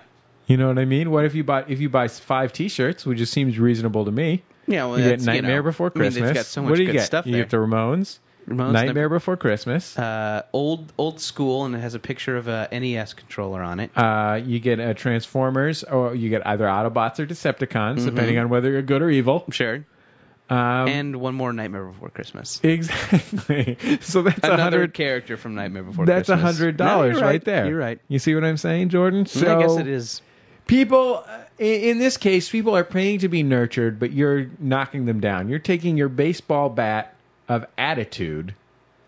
Speaker 3: You know what I mean? What if you buy if you buy five T-shirts, which just seems reasonable to me?
Speaker 4: Yeah. Well,
Speaker 3: You get
Speaker 4: that's,
Speaker 3: Nightmare
Speaker 4: know,
Speaker 3: Before
Speaker 4: I mean,
Speaker 3: Christmas.
Speaker 4: they've got so much
Speaker 3: what do you
Speaker 4: good
Speaker 3: get?
Speaker 4: stuff
Speaker 3: you
Speaker 4: there.
Speaker 3: get the Ramones,
Speaker 4: Ramones,
Speaker 3: Nightmare Before Christmas.
Speaker 4: uh, old old school, and it has a picture of a NES controller on it.
Speaker 3: Uh, you get uh, Transformers, or you get either Autobots or Decepticons, depending on whether you're good or evil.
Speaker 4: Sure.
Speaker 3: Um,
Speaker 4: Mm-hmm. and one more Nightmare Before Christmas.
Speaker 3: exactly. So that's a
Speaker 4: Another
Speaker 3: hundred.
Speaker 4: character from Nightmare Before
Speaker 3: That's a
Speaker 4: Christmas.
Speaker 3: hundred dollars
Speaker 4: No, you're
Speaker 3: right. there.
Speaker 4: You're right. Mm,
Speaker 3: You see what I'm saying, Jordan? So
Speaker 4: I guess it is.
Speaker 3: people uh, in in this case people are paying to be nurtured but you're knocking them down you're taking your baseball bat of attitude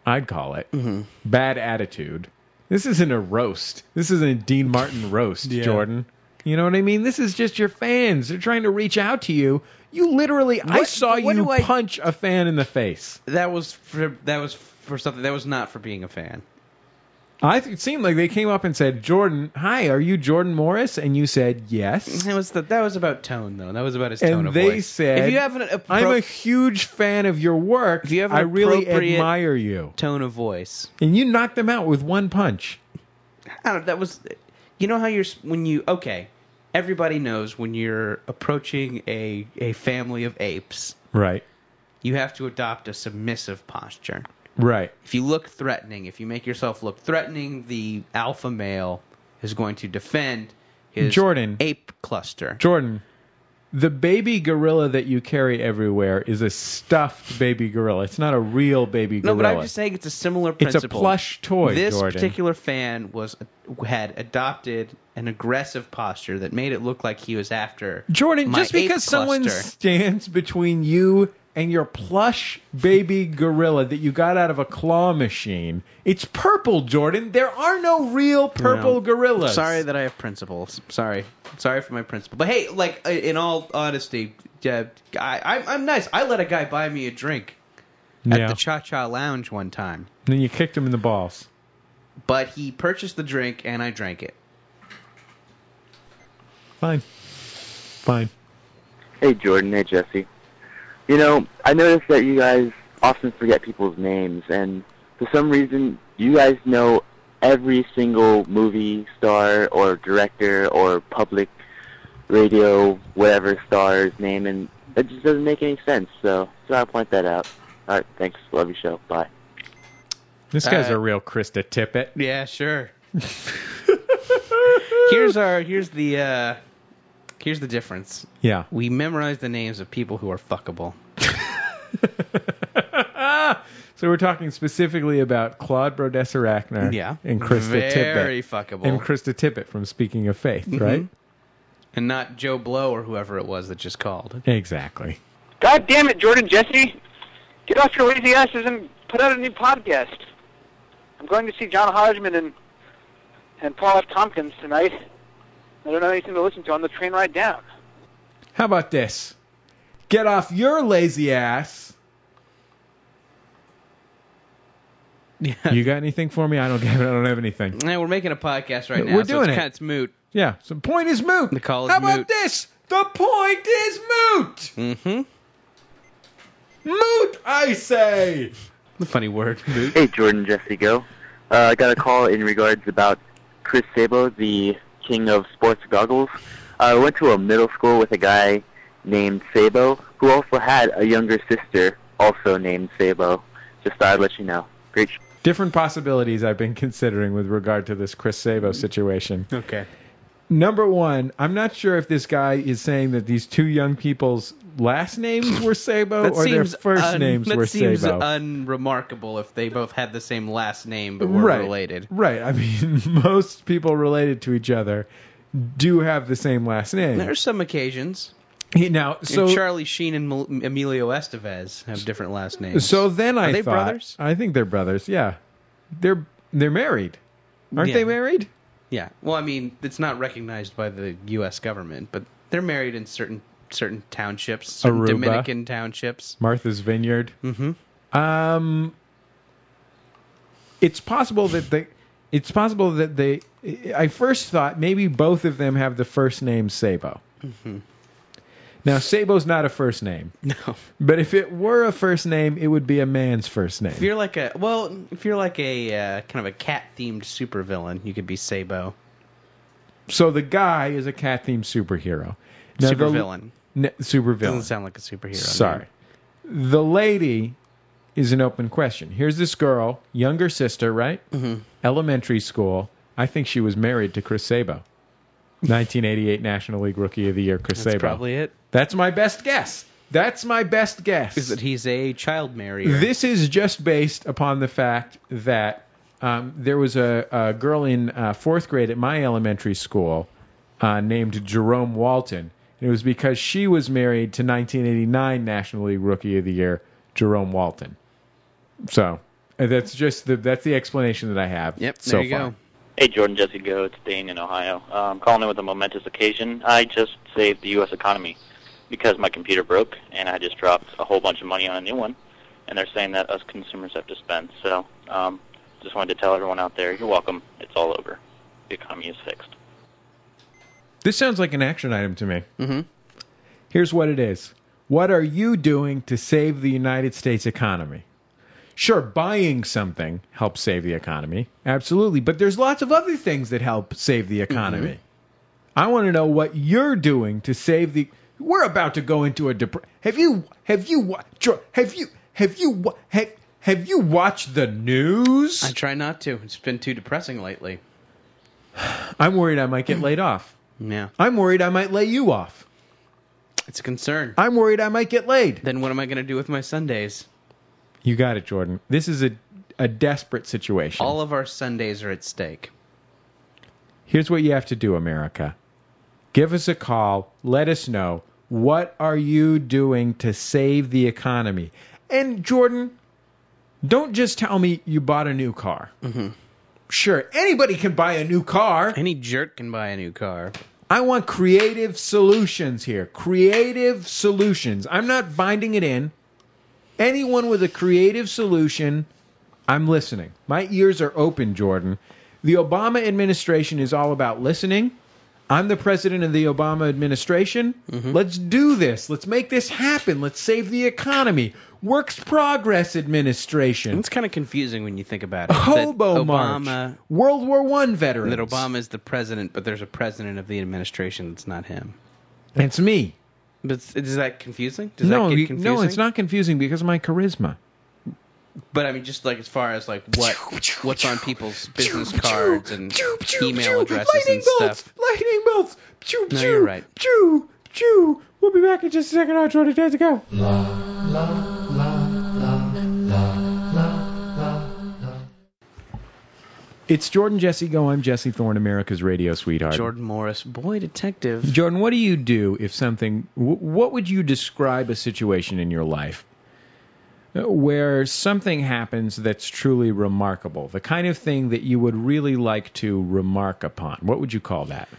Speaker 3: i'd call it
Speaker 4: Mm-hmm.
Speaker 3: bad attitude this isn't a roast this isn't a dean martin roast jordan you know what i mean this is just your fans they're trying to reach out to you you literally i
Speaker 4: What-
Speaker 3: saw
Speaker 4: what
Speaker 3: you
Speaker 4: do I-
Speaker 3: punch a fan in the face
Speaker 4: That was for that was for something that was not for being a fan.
Speaker 3: i th- it seemed like they came up and said jordan hi are you jordan morris and you said yes
Speaker 4: That was the, that was about tone though. That was about his tone
Speaker 3: and
Speaker 4: of
Speaker 3: they
Speaker 4: voice.
Speaker 3: said,
Speaker 4: if you have an appro-
Speaker 3: "I'm a huge fan of your work.
Speaker 4: If you have an
Speaker 3: I really
Speaker 4: appropriate-
Speaker 3: admire you."
Speaker 4: tone of voice,
Speaker 3: And you knocked them out with one punch.
Speaker 4: I don't know, that was you know how you're s- when you okay, everybody knows when you're approaching a a family of apes,
Speaker 3: Right.
Speaker 4: you have to adopt a submissive posture.
Speaker 3: Right.
Speaker 4: If you look threatening, if you make yourself look threatening, the alpha male is going to defend his
Speaker 3: Jordan.
Speaker 4: ape cluster.
Speaker 3: Jordan, the baby gorilla that you carry everywhere is a stuffed baby gorilla. It's not a real baby
Speaker 4: No,
Speaker 3: gorilla.
Speaker 4: but I'm just saying it's a similar
Speaker 3: It's a
Speaker 4: principle.
Speaker 3: plush toy,
Speaker 4: This
Speaker 3: Jordan.
Speaker 4: particular fan was had adopted an aggressive posture that made it look like he was after
Speaker 3: Jordan,
Speaker 4: my
Speaker 3: just
Speaker 4: ape
Speaker 3: because someone
Speaker 4: cluster.
Speaker 3: stands between you and your plush baby gorilla that you got out of a claw machine, it's purple, Jordan. There are no real purple
Speaker 4: Well,
Speaker 3: gorillas.
Speaker 4: Sorry that I have principles. Sorry, sorry for my principle. But hey, like uh, in all honesty, uh, I, I'm, I'm nice. I let a guy buy me a drink at the Cha Cha Lounge one time,
Speaker 3: And then you kicked him in the balls.
Speaker 4: but he purchased the drink and I drank it.
Speaker 3: Fine. Fine.
Speaker 5: Hey Jordan, hey Jesse. You know, I noticed that you guys often forget people's names, and for some reason, you guys know every single movie star or director or public radio whatever star's name, and that just doesn't make any sense. So, so I point that out. All right, thanks. Love your show. Bye.
Speaker 3: This guy's
Speaker 4: Uh,
Speaker 3: a real Krista Tippett.
Speaker 4: Yeah, sure. here's our here's the uh, here's the difference.
Speaker 3: Yeah.
Speaker 4: We memorize the names of people who are fuckable.
Speaker 3: so we're talking specifically about Claude Brodesser Ackner
Speaker 4: Yeah.
Speaker 3: and Krista
Speaker 4: Very Mm-hmm.
Speaker 3: Tippett.
Speaker 4: fuckable.
Speaker 3: And Krista Tippett from Speaking of Faith, right?
Speaker 4: and not Joe Blow or whoever it was that just called.
Speaker 3: Exactly.
Speaker 6: God damn it, Jordan Jesse. Get off your lazy asses and put out a new podcast. I'm going to see John Hodgman and and Paul F. Tompkins tonight. I don't have anything to listen to on the train ride down.
Speaker 3: How about this? Get off your lazy ass.
Speaker 4: Yeah.
Speaker 3: You got anything for me? I don't have. I don't have anything.
Speaker 4: Yeah, we're making a podcast right now.
Speaker 3: We're
Speaker 4: so
Speaker 3: doing
Speaker 4: it's
Speaker 3: it.
Speaker 4: Kind of, it's moot.
Speaker 3: Yeah. So point is moot.
Speaker 4: The call is
Speaker 3: How about
Speaker 4: moot.
Speaker 3: this? The point is moot.
Speaker 4: Mm-hmm.
Speaker 3: Moot, I say.
Speaker 4: Funny word. Moot.
Speaker 5: Hey, Jordan, Jesse, go. Uh, I got a call in regards about Chris Sabo, the king of sports goggles. Uh, I went to a middle school with a guy named Sabo, who also had a younger sister also named Sabo. Just thought I'd let you know. Great. sh-
Speaker 3: Different possibilities I've been considering with regard to this Chris Sabo situation.
Speaker 4: Okay.
Speaker 3: Number one, I'm not sure if this guy is saying that these two young people's last names were Sabo
Speaker 4: That
Speaker 3: or their
Speaker 4: seems
Speaker 3: first
Speaker 4: un-
Speaker 3: names
Speaker 4: that
Speaker 3: were
Speaker 4: seems
Speaker 3: Sabo.
Speaker 4: unremarkable if they both had the same last name but were
Speaker 3: right,
Speaker 4: related.
Speaker 3: Right. I mean, most people related to each other do have the same last name.
Speaker 4: There's some occasions.
Speaker 3: He- now, so
Speaker 4: and Charlie Sheen and Mel- Emilio Estevez have different last names.
Speaker 3: so then I
Speaker 4: Are they
Speaker 3: thought,
Speaker 4: brothers?
Speaker 3: I think they're brothers. Yeah, they're they're married, aren't
Speaker 4: Yeah.
Speaker 3: they married?
Speaker 4: yeah. Well, I mean, it's not recognized by the U.S. government, but they're married in certain certain townships, certain
Speaker 3: Aruba.
Speaker 4: Dominican townships.
Speaker 3: Martha's Vineyard.
Speaker 4: Mm-hmm.
Speaker 3: Um, it's possible that they, it's possible that they I first thought maybe both of them have the first name Sabo.
Speaker 4: Mm-hmm.
Speaker 3: Now Sabo's not a first name,
Speaker 4: No.
Speaker 3: but if it were a first name, it would be a man's first name.
Speaker 4: If you're like a well, if you're like a uh, kind of a cat themed supervillain, you could be Sabo,
Speaker 3: So the guy is a cat themed superhero. Now, the-
Speaker 4: supervillain.
Speaker 3: N-
Speaker 4: Doesn't
Speaker 3: supervillain.
Speaker 4: sound like a superhero.
Speaker 3: Sorry. The lady is an open question. Here's this girl, younger sister, right?
Speaker 4: Mhm.
Speaker 3: Elementary school. I think she was married to Chris Sabo. 1988 National League Rookie of the Year, Chris
Speaker 4: that's
Speaker 3: Sabo.
Speaker 4: probably it.
Speaker 3: That's my best guess. That's my best guess.
Speaker 4: Is that he's a child marrier?
Speaker 3: This is just based upon the fact that um, there was a, a girl in uh, fourth grade at my elementary school uh, named Jerome Walton. And it was because she was married to 1989 National League Rookie of the Year Jerome Walton. So uh, that's just the that's the explanation that I have.
Speaker 4: Yep. There
Speaker 3: so
Speaker 4: you
Speaker 3: far.
Speaker 4: go.
Speaker 8: Hey, Jordan, Jesse, go. It's Dane in Ohio. Uh, I'm calling in with a momentous occasion. I just saved the U.S. economy because my computer broke, and I just dropped a whole bunch of money on a new one. And they're saying that us consumers have to spend. So, um, just wanted to tell everyone out there, you're welcome. It's all over. The economy is fixed.
Speaker 3: This sounds like an action item to me.
Speaker 4: Mm-hmm.
Speaker 3: Here's what it is. What are you doing to save the United States economy? Sure, buying something helps save the economy. Absolutely. But there's lots of other things that help save the economy.
Speaker 4: Mm-hmm.
Speaker 3: I want to know what you're doing to save the We're about to go into a depre- Have you have you wa- Joe, have you have you wa- have, have you watched the news?
Speaker 4: I try not to. It's been too depressing lately.
Speaker 3: I'm worried I might get laid off.
Speaker 4: Yeah,
Speaker 3: I'm worried I might lay you off.
Speaker 4: it's a concern.
Speaker 3: I'm worried I might get laid.
Speaker 4: Then what am I going to do with my Sundays?
Speaker 3: You got it, Jordan. This is a a desperate situation.
Speaker 4: All of our Sundays are at stake.
Speaker 3: Here's what you have to do, America. Give us a call. Let us know what are you doing to save the economy. And Jordan, don't just tell me you bought a new car.
Speaker 4: Mhm.
Speaker 3: Sure, anybody can buy a new car.
Speaker 4: Any jerk can buy a new car.
Speaker 3: I want creative solutions here. Creative solutions. I'm not binding it in. Anyone with a creative solution, I'm listening. My ears are open, Jordan. The Obama administration is all about listening. I'm the president of the Obama administration.
Speaker 4: Mm-hmm.
Speaker 3: Let's do this. Let's make this happen. Let's save the economy. Works Progress Administration.
Speaker 4: It's kind of confusing when you think about it. that
Speaker 3: Hobo
Speaker 4: Obama,
Speaker 3: March. World War One veterans.
Speaker 4: That Obama is the president, but there's a president of the administration that's not him.
Speaker 3: It's me.
Speaker 4: But it's- is that confusing? Does
Speaker 3: no,
Speaker 4: that get
Speaker 3: you-
Speaker 4: confusing?
Speaker 3: no, it's not confusing because of my charisma.
Speaker 4: But I mean, just like as far as like what what's on people's business cards and email addresses
Speaker 3: lightning
Speaker 4: and
Speaker 3: bolts,
Speaker 4: stuff.
Speaker 3: Lightning bolts. Pew,
Speaker 4: No,
Speaker 3: pew,
Speaker 4: you're right.
Speaker 3: Pew, pew. We'll be back in just a second. Our Jordan days ago. It's Jordan Jesse Go. I'm Jesse Thorne, America's radio sweetheart.
Speaker 4: Jordan Morris, boy detective.
Speaker 3: Jordan, what do you do if something? wh- What would you describe a situation in your life uh, where something happens that's truly remarkable? The kind of thing that you would really like to remark upon. What would you call that?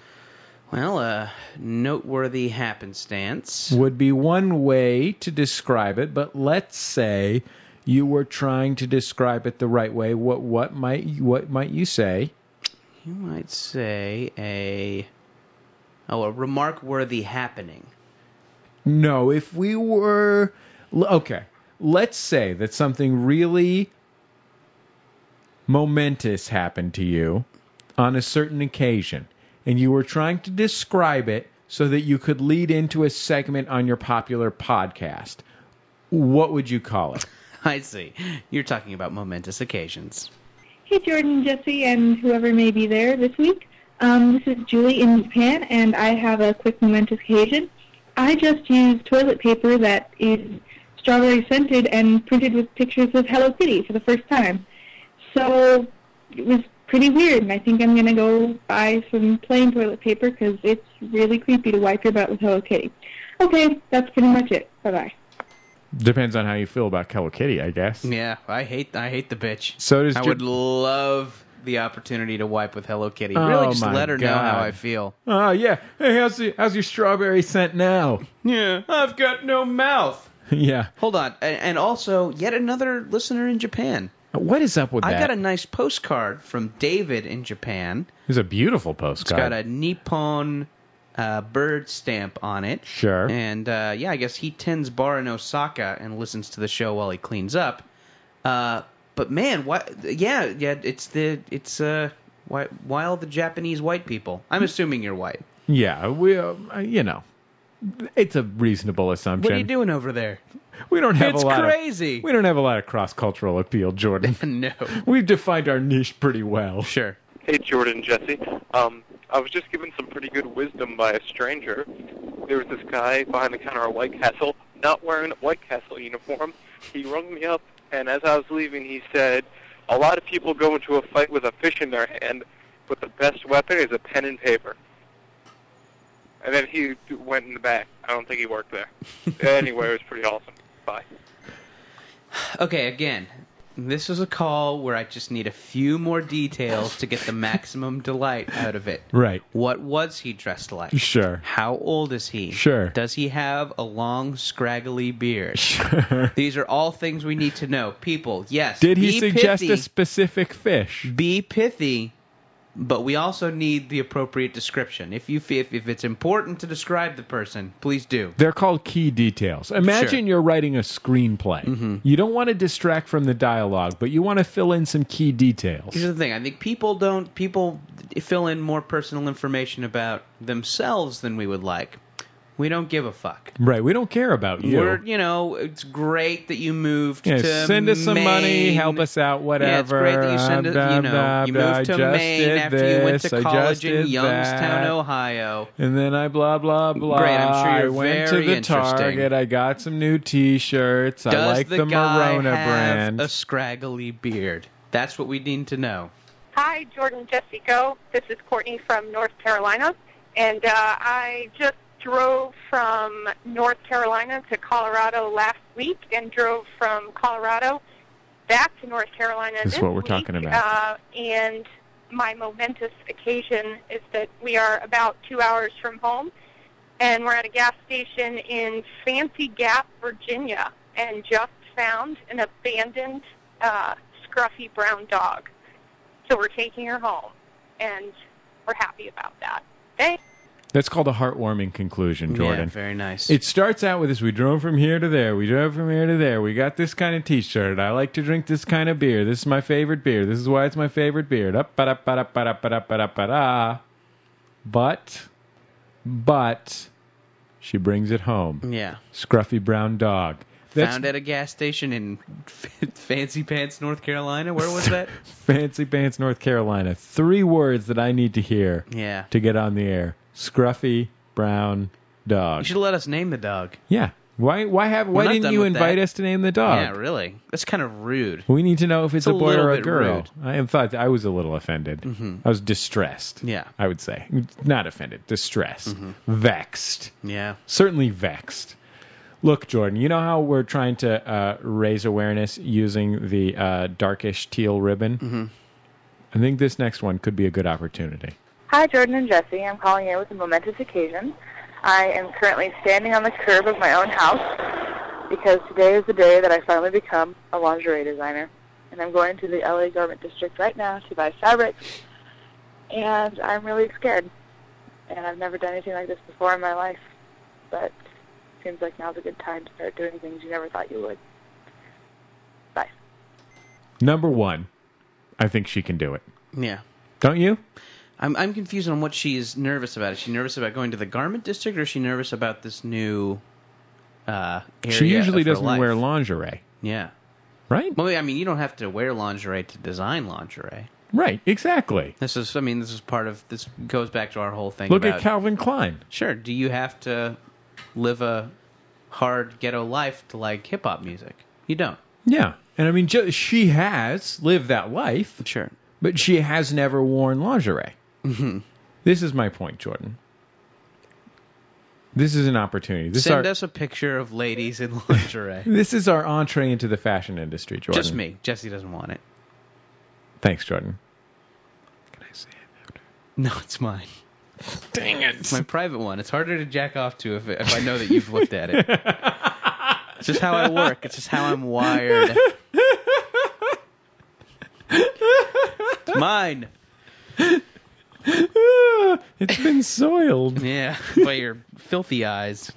Speaker 4: Well, uh, noteworthy happenstance.
Speaker 3: Would be one way to describe it, but let's say you were trying to describe it the right way. What what might what might you say?
Speaker 4: You might say a oh a remark worthy happening.
Speaker 3: No, if we were l- okay, let's say that something really momentous happened to you on a certain occasion and you were trying to describe it so that you could lead into a segment on your popular podcast. What would you call it?
Speaker 4: I see. You're talking about momentous occasions.
Speaker 9: Hey, Jordan, Jesse, and whoever may be there this week. Um, this is Julie in Japan, and I have a quick momentous occasion. I just used toilet paper that is strawberry scented and printed with pictures of Hello Kitty for the first time. So it was pretty weird, and I think I'm going to go buy some plain toilet paper because it's really creepy to wipe your butt with Hello Kitty. Okay, that's pretty much it. Bye-bye.
Speaker 3: Depends on how you feel about Hello Kitty, I guess.
Speaker 4: Yeah, I hate I hate the bitch.
Speaker 3: So does
Speaker 4: I
Speaker 3: Ju-
Speaker 4: would love the opportunity to wipe with Hello Kitty.
Speaker 3: Oh
Speaker 4: really, just
Speaker 3: my
Speaker 4: let her know how
Speaker 3: God.
Speaker 4: I feel.
Speaker 3: Oh yeah. Hey, how's the, how's your strawberry scent now?
Speaker 4: Yeah, I've got no mouth.
Speaker 3: yeah.
Speaker 4: Hold on, and, and also yet another listener in Japan.
Speaker 3: What is up with
Speaker 4: I
Speaker 3: that?
Speaker 4: got a nice postcard from David in Japan.
Speaker 3: it's a beautiful
Speaker 4: It's
Speaker 3: postcard.
Speaker 4: got a Nippon uh, bird stamp on it.
Speaker 3: sure.
Speaker 4: And uh, yeah, I guess he tends bar in Osaka and listens to the show while he cleans up. Uh, but man, what? Yeah, yeah. It's the it's uh, why, why all the Japanese white people? I'm assuming you're white.
Speaker 3: yeah, we, uh, you know, it's a reasonable assumption.
Speaker 4: What are you doing over there?
Speaker 3: We don't have
Speaker 4: It's
Speaker 3: a lot. of-
Speaker 4: crazy.
Speaker 3: we don't have a lot of cross-cultural appeal, Jordan.
Speaker 4: no,
Speaker 3: We've defined our niche pretty well.
Speaker 4: sure.
Speaker 6: Hey, Jordan, Jesse. Um, I was just given some pretty good wisdom by a stranger. There was this guy behind the counter at White Castle, not wearing a White Castle uniform. He rung me up, and as I was leaving, he said, "A lot of people go into a fight with a fish in their hand, but the best weapon is a pen and paper." And then he went in the back. I don't think he worked there. anyway, it was pretty awesome. Bye.
Speaker 4: Okay, again, this is a call where I just need a few more details to get the maximum delight out of it.
Speaker 3: Right.
Speaker 4: What was he dressed like?
Speaker 3: Sure.
Speaker 4: How old is he?
Speaker 3: Sure.
Speaker 4: Does he have a long, scraggly beard?
Speaker 3: Sure.
Speaker 4: These are all things we need to know. People, yes.
Speaker 3: Did he
Speaker 4: be
Speaker 3: suggest
Speaker 4: pithy,
Speaker 3: a specific fish?
Speaker 4: Be pithy, but we also need the appropriate description. If you if, if it's important to describe the person, please do.
Speaker 3: They're called key details. Imagine
Speaker 4: Sure. Mm-hmm.
Speaker 3: you're writing a screenplay. You don't want to distract from the dialogue, but you want to fill in some key details.
Speaker 4: Here's the thing. I think people don't people fill in more personal information about themselves than we would like. We don't give a fuck.
Speaker 3: Right. We don't care about you.
Speaker 4: We're, you know, it's great that you moved
Speaker 3: Yeah,
Speaker 4: to
Speaker 3: send us some money,
Speaker 4: Maine.
Speaker 3: help us out, whatever.
Speaker 4: Yeah, it's great that you send
Speaker 3: Ah,
Speaker 4: us,
Speaker 3: blah,
Speaker 4: you know,
Speaker 3: blah,
Speaker 4: you
Speaker 3: blah,
Speaker 4: moved
Speaker 3: I
Speaker 4: to
Speaker 3: just
Speaker 4: Maine
Speaker 3: did
Speaker 4: after you went
Speaker 3: this,
Speaker 4: to
Speaker 3: I
Speaker 4: college
Speaker 3: just
Speaker 4: in
Speaker 3: did
Speaker 4: Youngstown,
Speaker 3: that.
Speaker 4: Ohio.
Speaker 3: And then I blah blah blah.
Speaker 4: Great, I'm sure you're
Speaker 3: I went
Speaker 4: very
Speaker 3: to the
Speaker 4: interesting.
Speaker 3: Target. I got some new T-shirts. I
Speaker 4: Does
Speaker 3: like
Speaker 4: the,
Speaker 3: the,
Speaker 4: guy
Speaker 3: Morona
Speaker 4: have
Speaker 3: brand.
Speaker 4: a scraggly beard? That's what we need to know.
Speaker 10: Hi, Jordan Jesse Go. This is Courtney from North Carolina, and uh, I just drove from North Carolina to Colorado last week, and drove from Colorado back to North Carolina.
Speaker 3: This is what we're
Speaker 10: week.
Speaker 3: talking about.
Speaker 10: Uh, and my momentous occasion is that we are about two hours from home, and we're at a gas station in Fancy Gap, Virginia, and just found an abandoned uh, scruffy brown dog. So we're taking her home, and we're happy about that. Thanks.
Speaker 3: That's called a heartwarming conclusion,
Speaker 4: Yeah,
Speaker 3: Jordan.
Speaker 4: very nice.
Speaker 3: It starts out with this. We drove from here to there. We drove from here to there. We got this kind of T-shirt. I like to drink this kind of beer. This is my favorite beer. This is why it's my favorite beer. Da, ba, da, ba, da, ba, da, ba, da, ba, da, ba, da. But, but, she brings it home.
Speaker 4: yeah.
Speaker 3: Scruffy brown dog. That's
Speaker 4: Found at a gas station in Fancy Pants, North Carolina. Where was that?
Speaker 3: Fancy Pants, North Carolina. Three words that I need to hear
Speaker 4: yeah.
Speaker 3: to get on the air. Scruffy brown
Speaker 4: You
Speaker 3: dog.
Speaker 4: should let us name the dog.
Speaker 3: Yeah. Why? Why have? Why
Speaker 4: not
Speaker 3: didn't
Speaker 4: done
Speaker 3: you
Speaker 4: with
Speaker 3: invite
Speaker 4: that.
Speaker 3: us to name the dog?
Speaker 4: Yeah, really. That's kind of rude.
Speaker 3: We need to know if it's,
Speaker 4: It's
Speaker 3: a
Speaker 4: a
Speaker 3: boy
Speaker 4: little
Speaker 3: or a
Speaker 4: bit
Speaker 3: girl.
Speaker 4: rude. Mm-hmm.
Speaker 3: I am thought I was a little offended. I was distressed.
Speaker 4: Yeah. Mm-hmm.
Speaker 3: I would say not offended, distressed, vexed,
Speaker 4: Yeah.
Speaker 3: certainly vexed. Look, Jordan, you know how we're trying to uh, raise awareness using the uh, darkish teal ribbon. Mm-hmm. I think this next one could be a good opportunity.
Speaker 11: Hi, Jordan and Jesse. I'm calling in with a momentous occasion. I am currently standing on the curb of my own house because today is the day that I finally become a lingerie designer. And I'm going to the LA Garment District right now to buy fabric. And I'm really scared. And I've never done anything like this before in my life. But it seems like now's a good time to start doing things you never thought you would. Bye.
Speaker 3: Number one, I think she can do it.
Speaker 4: Yeah.
Speaker 3: Don't you?
Speaker 4: I'm I'm confused on what she's nervous about. Is she nervous about going to the garment district, or is she nervous about this new uh, area?
Speaker 3: she usually
Speaker 4: of her
Speaker 3: doesn't
Speaker 4: life?
Speaker 3: wear lingerie,
Speaker 4: Yeah.
Speaker 3: right?
Speaker 4: Well, I mean, you don't have to wear lingerie to design lingerie.
Speaker 3: Right, exactly.
Speaker 4: This is, I mean, this is part of this goes back to our whole thing.
Speaker 3: Look
Speaker 4: about,
Speaker 3: at Calvin Klein.
Speaker 4: Sure. Do you have to live a hard ghetto life to like hip hop music? You don't.
Speaker 3: Yeah. And I mean, ju- she has lived that life,
Speaker 4: Sure.
Speaker 3: but she has never worn lingerie.
Speaker 4: hmm
Speaker 3: This is my point, Jordan. This is an opportunity. This,
Speaker 4: Send
Speaker 3: our,
Speaker 4: us a picture of ladies in lingerie.
Speaker 3: this is our entree into the fashion industry, Jordan.
Speaker 4: Just me. Jesse doesn't want it.
Speaker 3: Thanks, Jordan. Can I say it after?
Speaker 4: No, it's mine.
Speaker 3: Dang it.
Speaker 4: It's my private one. It's harder to jack off to if, if I know that you've looked at it. It's just how I work. It's just how I'm wired. It's mine.
Speaker 3: it's been soiled.
Speaker 4: Yeah, by your filthy eyes.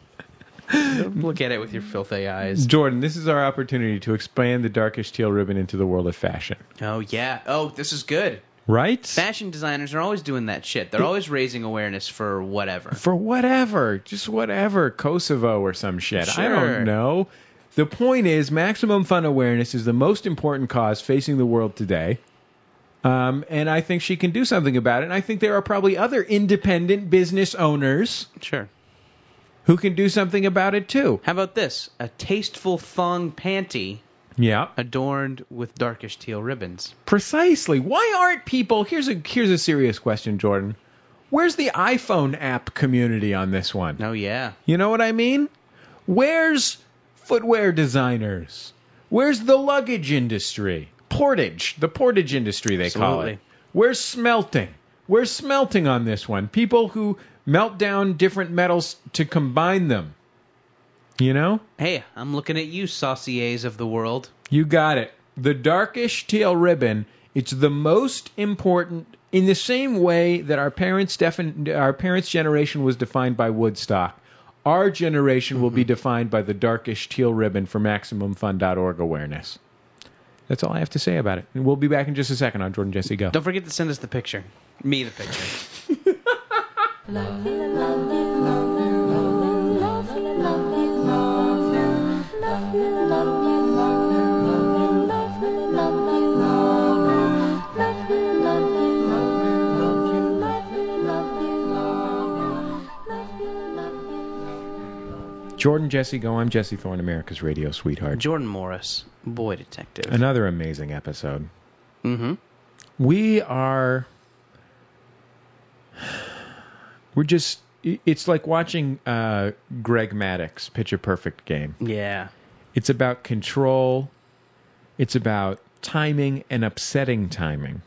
Speaker 4: Don't look at it with your filthy eyes.
Speaker 3: Jordan, this is our opportunity to expand the darkish teal ribbon into the world of fashion.
Speaker 4: Oh yeah. Oh, this is good.
Speaker 3: Right?
Speaker 4: Fashion designers are always doing that shit. They're always raising awareness for whatever.
Speaker 3: For whatever, just whatever, Kosovo or some shit. I
Speaker 4: Sure.
Speaker 3: don't know. The point is, maximum fun awareness is the most important cause facing the world today. Um, and I think she can do something about it. And I think there are probably other independent business owners
Speaker 4: Sure.
Speaker 3: who can do something about it too.
Speaker 4: How about this? A tasteful thong panty
Speaker 3: Yeah.
Speaker 4: adorned with darkish teal ribbons.
Speaker 3: Precisely. Why aren't people? Here's a here's a serious question, Jordan. Where's the iPhone app community on this one?
Speaker 4: Oh yeah.
Speaker 3: You know what I mean? Where's footwear designers? Where's the luggage industry? Portage, the portage industry they call it.
Speaker 4: Absolutely.
Speaker 3: Where's smelting? Where's smelting on this one? People who melt down different metals to combine them. You know?
Speaker 4: Hey, I'm looking at you, sauciers of the world.
Speaker 3: You got it. The darkish teal ribbon. It's the most important in the same way that our parents' defin- our parents' generation was defined by Woodstock. Our generation will be defined by the darkish teal ribbon for MaximumFun.org awareness. That's all I have to say about it. And we'll be back in just a second on Jordan Jesse Go.
Speaker 4: Don't forget to send us the picture. Me the picture.
Speaker 3: Jordan Jesse Go. I'm Jesse Thorne, America's radio sweetheart.
Speaker 4: Jordan Morris, boy detective.
Speaker 3: Another amazing episode.
Speaker 4: mm-hmm.
Speaker 3: we are we're just it's like watching uh, greg maddox pitch a perfect game
Speaker 4: Yeah.
Speaker 3: it's about control it's about timing and upsetting timing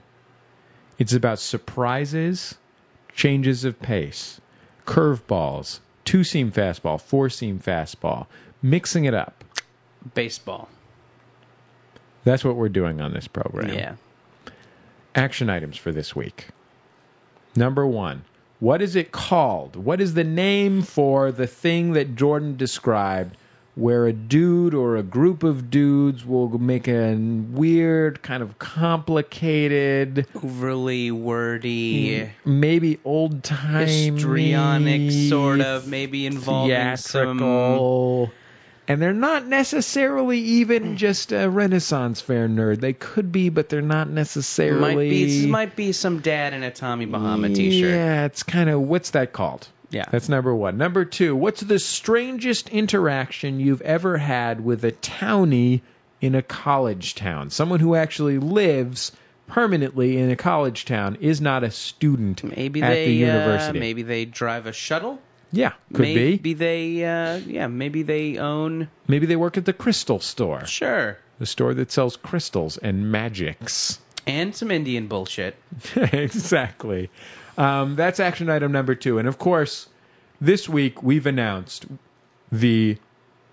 Speaker 3: it's about surprises changes of pace curveballs two seam fastball four seam fastball mixing it up
Speaker 4: Baseball.
Speaker 3: that's what we're doing on this program
Speaker 4: Yeah.
Speaker 3: action items for this week. Number one, what is it called? What is the name for the thing that Jordan described where a dude or a group of dudes will make a weird, kind of complicated,
Speaker 4: Overly wordy,
Speaker 3: maybe old time
Speaker 4: histrionic sort of, maybe involving some.
Speaker 3: theatrical. And they're not necessarily even just a Renaissance fair nerd. They could be, but they're not necessarily.
Speaker 4: Might be this might be some dad in a Tommy Bahama T-shirt.
Speaker 3: Yeah, it's kind of what's that called?
Speaker 4: Yeah.
Speaker 3: That's number one. Number two, what's the strangest interaction you've ever had with a townie in a college town? Someone who actually lives permanently in a college town is not a student
Speaker 4: Maybe
Speaker 3: at
Speaker 4: they
Speaker 3: the
Speaker 4: uh,
Speaker 3: university.
Speaker 4: maybe they drive a shuttle.
Speaker 3: yeah, could
Speaker 4: maybe
Speaker 3: be.
Speaker 4: they uh, yeah maybe they own
Speaker 3: Maybe they work at the crystal store,
Speaker 4: sure
Speaker 3: the store that sells crystals and magics.
Speaker 4: and some Indian bullshit.
Speaker 3: exactly. Um, that's action item number two. And of course, this week we've announced the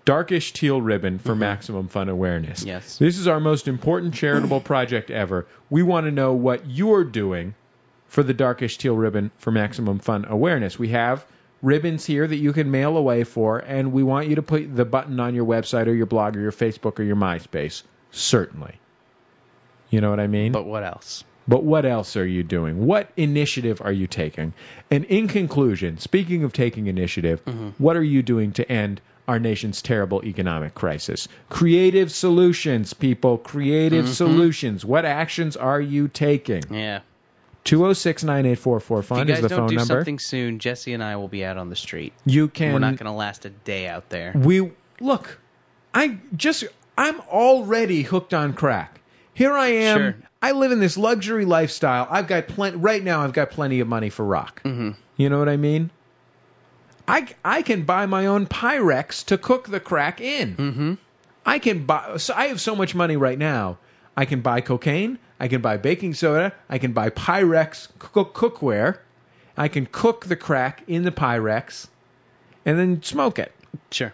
Speaker 3: darkish teal ribbon for maximum fun awareness.
Speaker 4: Yes.
Speaker 3: This is our most important charitable project ever. We want to know what you're doing for the darkish teal ribbon for maximum fun awareness. We have ribbons here that you can mail away for, and we want you to put the button on your website or your blog or your Facebook or your MySpace. Certainly. You know what I mean?
Speaker 4: But what else?
Speaker 3: But what else are you doing? What initiative are you taking? And in conclusion, speaking of taking initiative,
Speaker 4: Mm-hmm.
Speaker 3: what are you doing to end our nation's terrible economic crisis? Creative solutions, people. Creative solutions. What actions are you taking?
Speaker 4: Mm-hmm. Yeah.
Speaker 3: 206 984
Speaker 4: If
Speaker 3: fund
Speaker 4: you
Speaker 3: is
Speaker 4: guys
Speaker 3: the
Speaker 4: don't
Speaker 3: phone
Speaker 4: do
Speaker 3: number.
Speaker 4: something soon, Jesse and I will be out on the street.
Speaker 3: You can.
Speaker 4: We're not going to last a day out there.
Speaker 3: we look i just i'm already hooked on crack here i am
Speaker 4: Sure.
Speaker 3: i live in this luxury lifestyle i've got plenty right now i've got plenty of money for rock you know what i mean i i can buy my own pyrex to cook the crack in
Speaker 4: Mhm.
Speaker 3: i can buy so i have so much money right now i can buy cocaine i can buy baking soda i can buy pyrex cook cookware i can cook the crack in the pyrex and then smoke it
Speaker 4: Sure.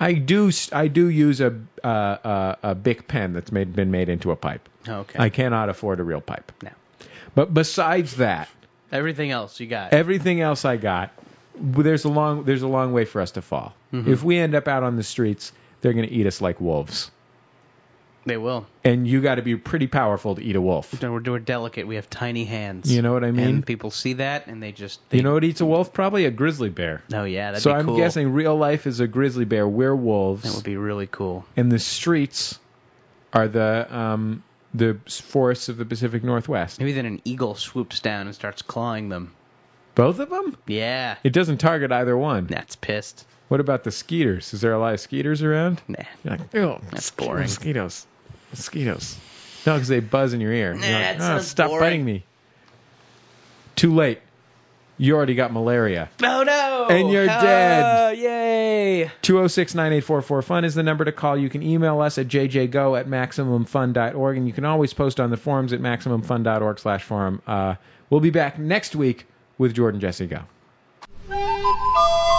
Speaker 3: I do I do use a uh, uh, a Bic pen that's made been made into a pipe.
Speaker 4: Okay.
Speaker 3: I cannot afford a real pipe.
Speaker 4: No.
Speaker 3: But besides that,
Speaker 4: Everything else you got.
Speaker 3: everything else I got, there's a long there's a long way for us to fall.
Speaker 4: Mhm.
Speaker 3: If we end up out on the streets, they're going to eat us like wolves.
Speaker 4: They will.
Speaker 3: And you got to be pretty powerful to eat a wolf.
Speaker 4: No, We're, we're delicate. We have tiny hands.
Speaker 3: You know what I mean?
Speaker 4: And people see that and they just.
Speaker 3: you know what eats a wolf? Probably a grizzly bear.
Speaker 4: Oh yeah, that'd
Speaker 3: so
Speaker 4: be
Speaker 3: I'm
Speaker 4: cool.
Speaker 3: guessing real life is a grizzly bear. We're wolves.
Speaker 4: that would be really cool.
Speaker 3: and the streets are the um, the forests of the Pacific Northwest.
Speaker 4: Maybe then an eagle swoops down and starts clawing them.
Speaker 3: Both of them?
Speaker 4: Yeah,
Speaker 3: It doesn't target either one.
Speaker 4: that's pissed.
Speaker 3: What about the skeeters? Is there a lot of skeeters around?
Speaker 4: Nah,
Speaker 3: You're like, oh,
Speaker 4: that's boring.
Speaker 3: Mosquitoes, mosquitoes. No, because they buzz in your ear. You're
Speaker 4: Nah,
Speaker 3: like,
Speaker 4: it
Speaker 3: "Oh,
Speaker 4: sounds
Speaker 3: stop
Speaker 4: boring."
Speaker 3: biting me. Too late. You already got malaria.
Speaker 4: Oh no!
Speaker 3: And you're dead.
Speaker 4: Oh, Yay!
Speaker 3: 206-9844-FUN is the number to call. You can email us at jjgo at maximumfun.org, and you can always post on the forums at maximumfun.org slash forum. Uh, we'll be back next week with Jordan Jesse Go.
Speaker 1: Bye.